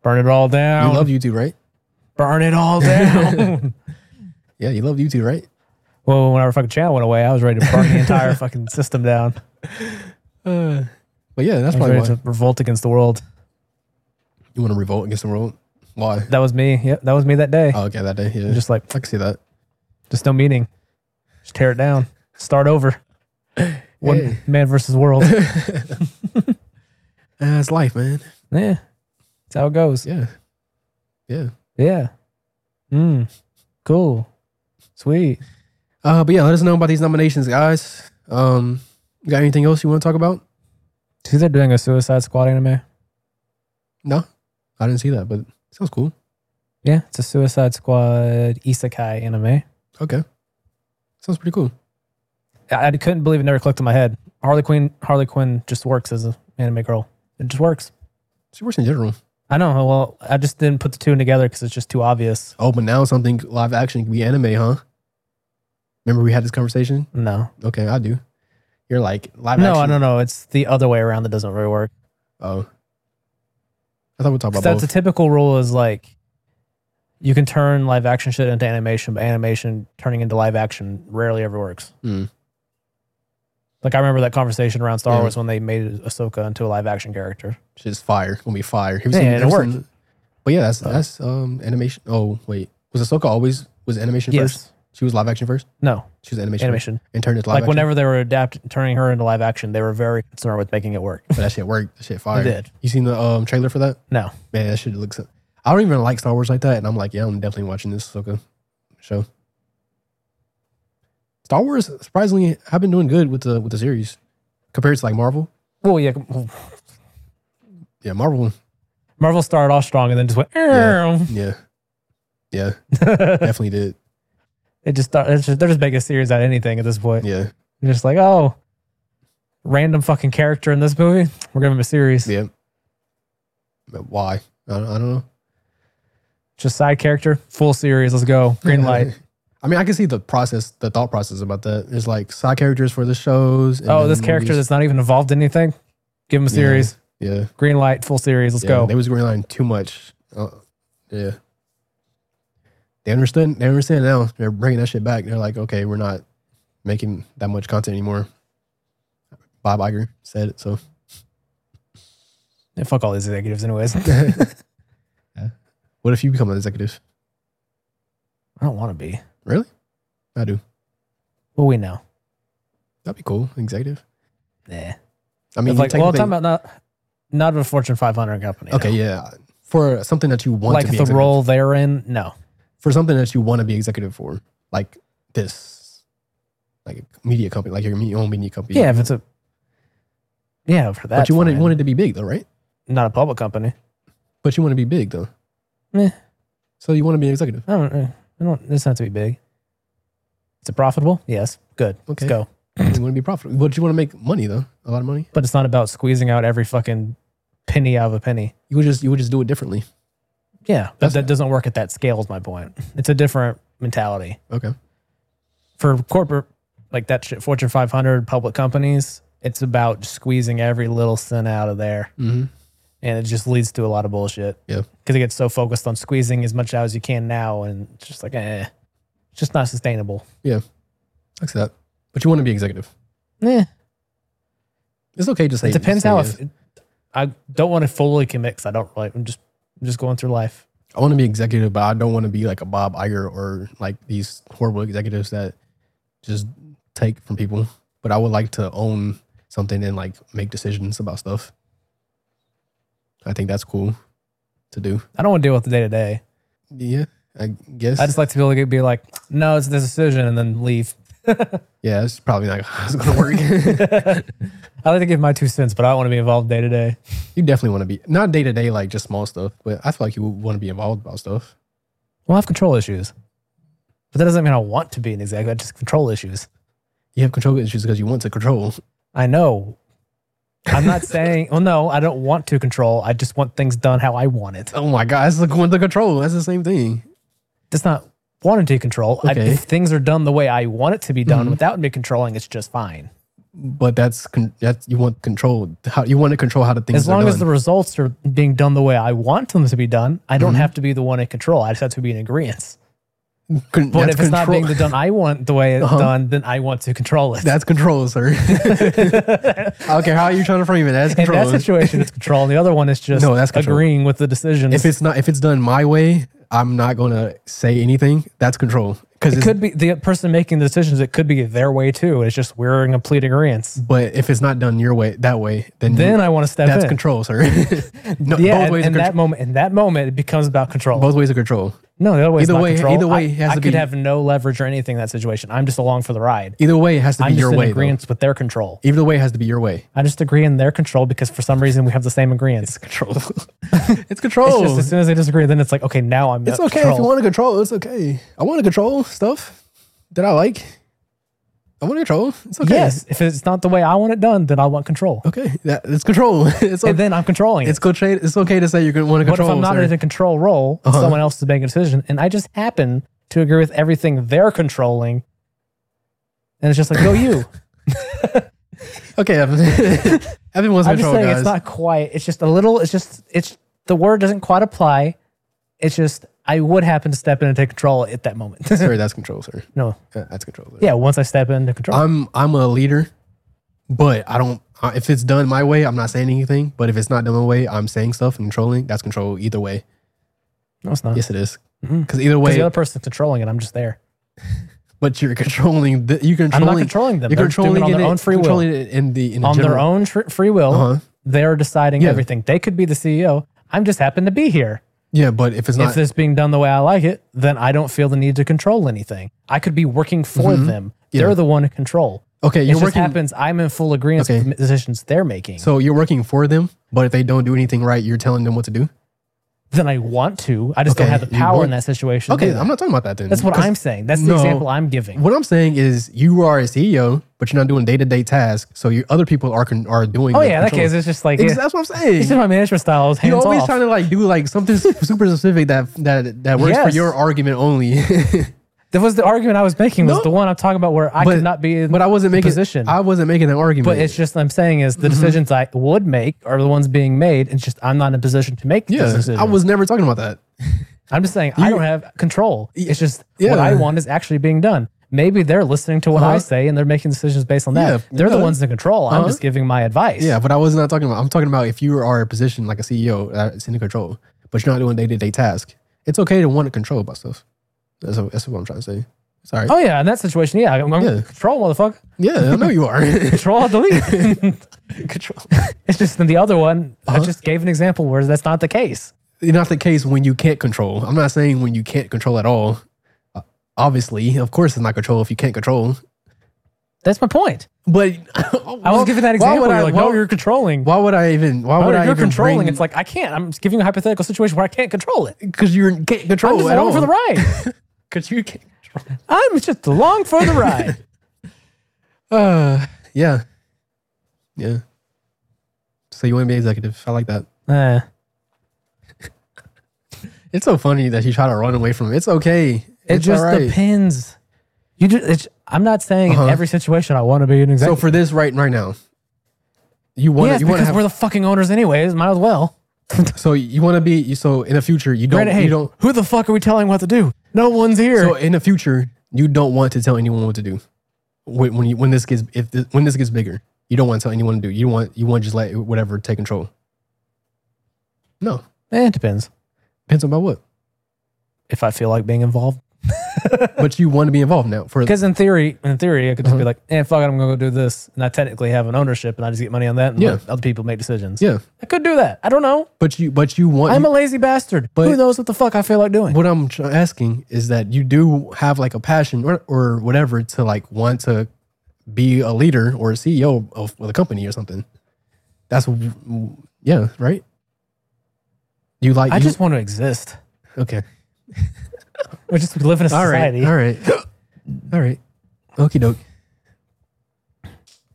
burn it all down. You love YouTube, right? burn it all down. Yeah, you love YouTube, right? well, when our fucking channel went away, I was ready to burn the entire fucking system down. Uh, But yeah, that's I was probably ready why to revolt against the world. you want to revolt against the world. Why? That was me. Yep, that was me that day. Oh, okay, that day. Yeah, Just like I can see that. Just no meaning. Just tear it down. Start over. One Hey. man versus world. Uh, it's life, man. yeah. That's how it goes. Yeah, yeah. Yeah. Mm. Cool. Sweet. Uh, but yeah, let us know about these nominations, guys. Um, you got anything else you want to talk about? See, they're doing a Suicide Squad anime. No, I didn't see that, but it sounds cool. Yeah, it's a Suicide Squad isekai anime. I, Okay, sounds pretty cool. I couldn't believe it never clicked in my head. Harley Quinn. Harley Quinn just works as an anime girl. It just works. She works in general. I know. Well, I just didn't put the two in together because it's just too obvious. Oh, but now something live action can be anime, huh? Remember we had this conversation? No, Okay, I do. You're like live no, action. I don't know. It's the other way around that doesn't really work. Oh, I thought we talked 'Cause about that's both. a typical rule is like you can turn live action shit into animation, but animation turning into live action rarely ever works. Hmm. Like I remember that conversation around Star Yeah. Wars when they made Ahsoka into a live action character. Shit's fire. Gonna be fire. Have you Yeah, seen- and it have you worked. Oh. seen- But yeah, that's that's um animation. Oh wait, was Ahsoka always was animation first? Yes. She was live action first. No, She was animation, first animation. and turned into live Like action. whenever they were adapting, turning her into live action, they were very concerned with making it work. But that shit worked. That shit fire. did. You seen the um trailer for that? No, Man, that shit looks. I don't even like Star Wars like that, and I'm like, yeah, I'm definitely watching this Ahsoka show. Star Wars surprisingly have been doing good with the with the series compared to like Marvel. well, yeah, Yeah, Marvel. Marvel started off strong and then just went. Yeah. Yeah, yeah, definitely did. it just start. It's just, they're just making a series out of anything at this point. Yeah. They're just like, oh, random fucking character in this movie. We're gonna make a series. Yeah. But why? I don't, I don't know. just side character, full series. Let's go. Green light. I mean, I can see the process, the thought process about that. There's like side characters for the shows. and oh, then this character movies. that's not even involved in anything. Give him a series. yeah, Green light, full series. Let's yeah. go. They was relying too much. Uh, yeah. They understand. They understand now. They're bringing that shit back. They're like, okay, we're not making that much content anymore. Bob Iger said it. So Yeah, fuck all these executives, anyways. I what if you become an executive? don't want to be. Really? I do. Well, we know. That'd be cool. Executive. Yeah. I mean, you like, well, I'm technically- talking about not not a Fortune 500 company. okay, no. yeah, for something that you want Like to the be executive- role they're in, no. for something that you want to be executive for, like this, like a media company, like your me- own media company. Yeah, if it's a yeah for that. but you wanted you fine. wanted to be big though, right? not a public company. But you want to be big though. Meh. So you want to be an executive. I don't. I don't. It's not to be big. Is it profitable? Yes. Good. Let's Okay. go. you want to be profitable, but you want to make money though, a lot of money. But it's not about squeezing out every fucking penny out of a penny. You would just you would just do it differently. Yeah, but That's- that doesn't work at that scale. Is my point. It's a different mentality Okay. for corporate, like that shit. Fortune 500 public companies. It's about squeezing every little cent out of there, Mm-hmm. and it just leads to a lot of bullshit. Yeah. because it gets so focused on squeezing as much out as you can now, and it's just like, eh, it's just not sustainable. I see that. But you want to be executive. Yeah, It's okay to say. it depends say how. yes. It, I don't want to fully commit because I don't like. I'm just I'm just going through life. I want to be executive, but I don't want to be like a Bob Iger or like these horrible executives that just take from people. But I would like to own something and like make decisions about stuff. I think that's cool to do. I don't want to deal with the day to day. Yeah, I guess. I just like to be able to be like, no, it's this decision, and then leave. yeah, it's probably not how it's gonna work. I like to give my two cents, but I don't want to be involved day to day. you definitely want to be not day to day like just small stuff, but I feel like you want to be involved about stuff. Well, I have control issues, but that doesn't mean I want to be an executive. I just control issues. You have control issues because you want to control. I know. I'm not saying. Well, no, I don't want to control. I just want things done how I want it. Oh my god, that's like want to control. That's the same thing. That's not wanting to control. I, Okay. Mm-hmm. if things are done the way I want it to be done without me controlling, it's just fine. But that's con- that's you want control. How you want to control how the things As are long done. as the results are being done the way I want them to be done, I Mm-hmm. don't have to be the one in control. I just have to be in agreement. Con- But that's if it's not control- Uh-huh. being the done I want the way it's done, then I want to control it. that's control, sir. I don't care how you're trying to frame it. That's in control. that situation, it's control. And the other one is just No, that's control. agreeing with the decisions. if it's not, if it's done my way, I'm not gonna say anything. That's control. Because it could be the person making the decisions, it could be their way too. It's just we're in complete agreement. but if it's not done your way, that way, then you- Then I want to step Mm. that's in. control, sir. no, Yeah, both and, ways in are that control. moment, in that moment, it becomes about control. Both ways are control. No, the other way. is Either not way- control. either way, I, it has I to could be- have no leverage or anything in that situation. I'm just along for the ride. Either way, it has to be I'm just your in way. though. agreement with their control. Either way, it has to be your way. I just agree in their control because for some reason we have the same agreements. Control. it's control. It's It's, just as soon as they disagree, then it's like, okay, now I'm. out of okay if you Uh, control. want to control. It's okay. I want to control stuff that I like. I want to control. It's okay. Yes, if it's not the way I want it done, then I want control, Okay, that, it's control. It's okay. and then I'm controlling it. it's okay. It's okay to say you're gonna want to But if control. I'm not sir. Uh-huh. in a control role, someone else is making a decision, and I just happen to agree with everything they're controlling, and it's just like, go you. okay, Evan. Evan wants I'm just control, saying guys. it's not quite. It's just a little. It's just it's the word doesn't quite apply. It's just I would happen to step in and take control at that moment. Sorry, that's control, sir. no, Uh, That's control. Sir. yeah. Once I step into control, I'm I'm a leader, but I don't. I- If it's done my way, I'm not saying anything. But if it's not done my way, I'm saying stuff and controlling. That's control either way. no, it's not. Yes, it is. Because either way, Mm-hmm. the other person's controlling it. I'm just there. but you're controlling. The, you're I'm controlling. not controlling them. You're They're doing controlling it on it their own free will. controlling it in the in on their general- own tr- free will, Uh-huh. they're deciding Yeah. everything. They could be the CEO. I'm just happen to be here. Yeah, but if it's not if this being done the way I like it, then I don't feel the need to control anything. I could be working for them. They're the one to control. okay, It Mm-hmm. you're just working. happens. I'm in full agreement Okay. with the decisions they're making. So you're working for them, but if they don't do anything right, you're telling them what to do. then I want to. I just Okay, don't have the you power in want- that situation. to Okay, do that. I'm not talking about that then. that's what 'Cause I'm saying. That's the no. example I'm giving. What I'm saying is, you are a CEO, but you're not doing day to day tasks. So your other people are con- are doing. Oh the yeah, in that control. case it's just like Ex- yeah, that's what I'm saying. it's just my management style is hands You're always off. trying to like do like something s- super specific that that that works for Yes. your argument only. that was the argument I was making. Was No. the one I'm talking about where I could not be in but I wasn't the making position. I wasn't making an argument. But it's just I'm saying is the Mm-hmm. decisions I would make are the ones being made. It's just I'm not in a position to make those yeah, decisions. I was never talking about that. I'm just saying I don't have control. It's just Yeah. what I want is actually being done. maybe they're listening to what I Uh-huh. say and they're making decisions based on that. Yeah, they're the yeah. ones in control. I'm Uh-huh. just giving my advice. Yeah, but I was not talking about. I'm talking about if you are a position like a E CEO that's in uh, control, but you're not doing day to day task. It's okay to want to control about stuff. That's that's what I'm trying to say. Sorry. Oh yeah, in that situation, yeah, I'm, I'm Yeah. control, motherfucker. Yeah, I know you are. Control, delete. control. it's just in the other one. Uh-huh. I just gave an example where that's not the case. You're not the case when you can't control. I'm not saying when you can't control at all. Uh, Obviously, of course, it's not control if you can't control. That's my point. But I was giving that example. You're like, no, you're controlling. Why would I even? Why No, would I you're even controlling. bring- It's like I can't. I'm just giving you a hypothetical situation where I can't control it. because you're can't control I'm just at along all. for the ride. Because you can't control. I'm just along for the ride. Uh, yeah, yeah. So you want to be executive? I like that. Uh, It's so funny that you try to run away from it. It's okay. it it's just all right. depends. You just. It's, I'm not saying Uh-huh. in every situation I want to be an So executive. for this right right now, you want yes, you want to because have we're the fucking owners anyways. Might as well. so you want to be you- so in the future you don't Granted, hey, you don't who the fuck are we telling what to do? No one's here. so in the future you don't want to tell anyone what to do when when, you, when this gets if this, when this gets bigger you don't want to tell anyone to do you want you want to just let whatever take control. No, Eh, it depends. depends on about what. If I feel like being involved, but you want to be involved now for because in theory, in theory, I could just Uh-huh. be like, "Eh, fuck it, I'm gonna go do this," and I technically have an ownership, and I just get money on that, and Yeah. let other people make decisions. yeah. I could do that. I don't know. But you but you want I'm a lazy bastard. But- Who knows what the fuck I feel like doing? what I'm tr- asking is that you do have like a passion or, or whatever to like want to be a leader or a CEO of, of a company or something. That's w- w- yeah, right. You like I you- just want to exist. okay. We just live in a All right, society. all right, all right. Okie doke.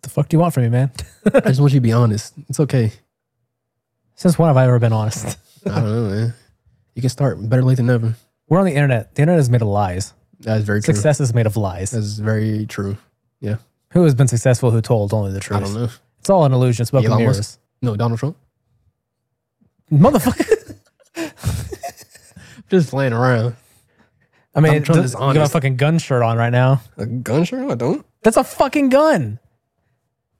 The fuck do you want from me, man? I just want you to be honest. It's okay. Since when have I ever been honest? I don't know, man. You can start better late than never. We're on the internet. The internet is made of lies. That is very true. Success is made of lies. That is very true. Who has been successful? Who told only the I truth? don't know. It's all an illusion. Smoke and Elon Musk? mirrors. No, Donald Trump Motherfucker. just playing around. I mean, I'm it trying to does- be you got a honest. fucking gun shirt on right now. A gun show? I don't. That's a fucking gun.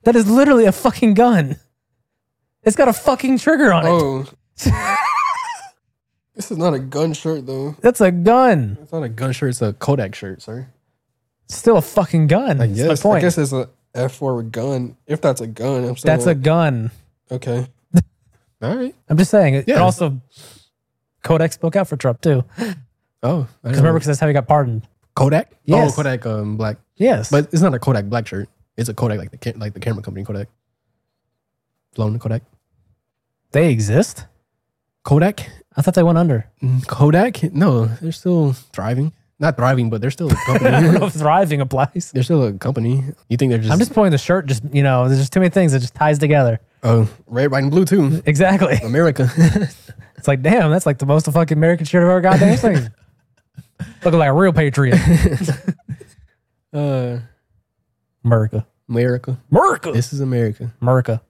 That is literally a fucking gun. It's got a fucking trigger on it. Oh. this is not a gun shirt, though. That's a gun. It's not a gun shirt. It's a Kodak shirt, sir. It's still a fucking gun. I That's guess. my I point. guess it's a F word with gun. If that's a gun, I'm saying That's a gun. a okay. All right. I'm just saying. It, it Yeah. also, Kodak spoke out for Trump too. Oh, I Because remember, because that's how he got pardoned. Kodak? Yes. Oh, Kodak um, black. Yes. But it's not a Kodak black shirt. It's a Kodak like the ca- like the camera company Kodak. Blown to Kodak. they exist? Kodak? I thought they went under. Mm, Kodak? No, they're still thriving. Not thriving, but they're still a I don't know company. if thriving applies. they're still a company. You think they're just, I'm just pulling the shirt, just, you know, there's just too many things that just ties together. oh, red, white, and blue too? Exactly. America. It's like, damn, that's like the most fucking American shirt I've ever goddamn seen. Looking like a real patriot. uh, America. America. America. This is America. America.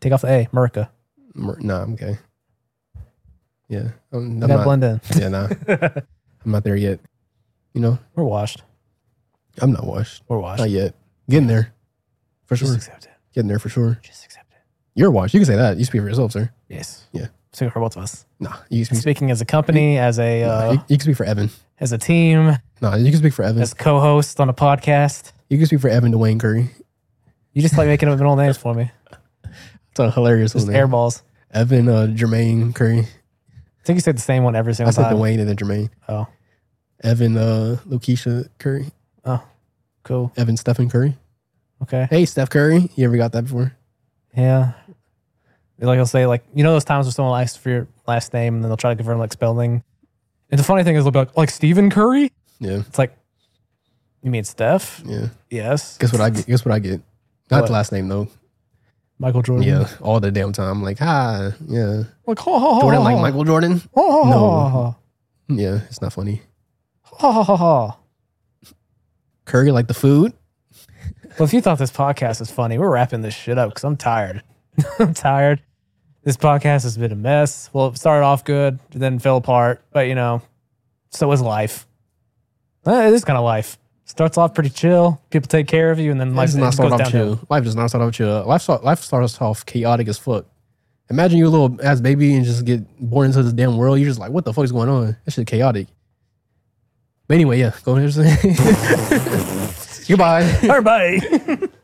Take off the A. America. No, nah, I'm okay. Yeah, I'm, You I'm gotta not. blend in. Yeah, nah, I'm not there yet. You know, We're washed. I'm not washed. We're washed. Not yet. Getting there, for Just Oh, sure. accept it. Getting there for sure. Just accept it. You're washed. You can say that. You speak for yourself, sir. Yes. Yeah. Mm-hmm. Speaking for both of us. Nah, you can speak. Speaking as a company, as a nah, uh, you, you can speak for Evan. as a team, Nah, you can speak for Evan. as co-host on a podcast. You can speak for Evan Dwayne Curry. You just like making up middle names for me. It's a hilarious Just one. there. airballs. Evan uh, Jermaine Curry. I think you said the same one every single I said time. Dwayne and then Jermaine. Oh, Evan uh, Lakeisha Curry. cool. Evan Stephen Curry. Okay. Hey, Steph Curry. You ever got that before? Yeah. Like I'll say, like you know those times where someone asks for your last name and then they'll try to confirm like spelling. And the funny thing is they'll be like, like Stephen Curry. Yeah, It's like, you mean Steph? yeah. Yes. Guess what I get? Guess what I get? Not What? the last name though. Michael Jordan. Yeah, all the damn time. Like, hi, yeah. Like, ho, ho, ho, Jordan, ho, like ho. Michael Jordan. Ho, ho, ho, No. ho, ho. Yeah, it's not funny. Ho, ho, ho, ho. Curry, like the food. Well, if you thought this podcast was funny, we're wrapping this shit up because I'm tired. I'm tired. This podcast has been a mess. Well, it started off good, then fell apart, but you know, so is life. Eh, It is kind of life. Starts off pretty chill. People take care of you, and then life Life does not goes start off downhill. chill. Life does not start off chill. Life start, life starts off chaotic as fuck. Imagine you a little ass baby and just get born into this damn world. You're just like, what the fuck is going on? That shit chaotic. But anyway, yeah, go ahead. Goodbye. Everybody.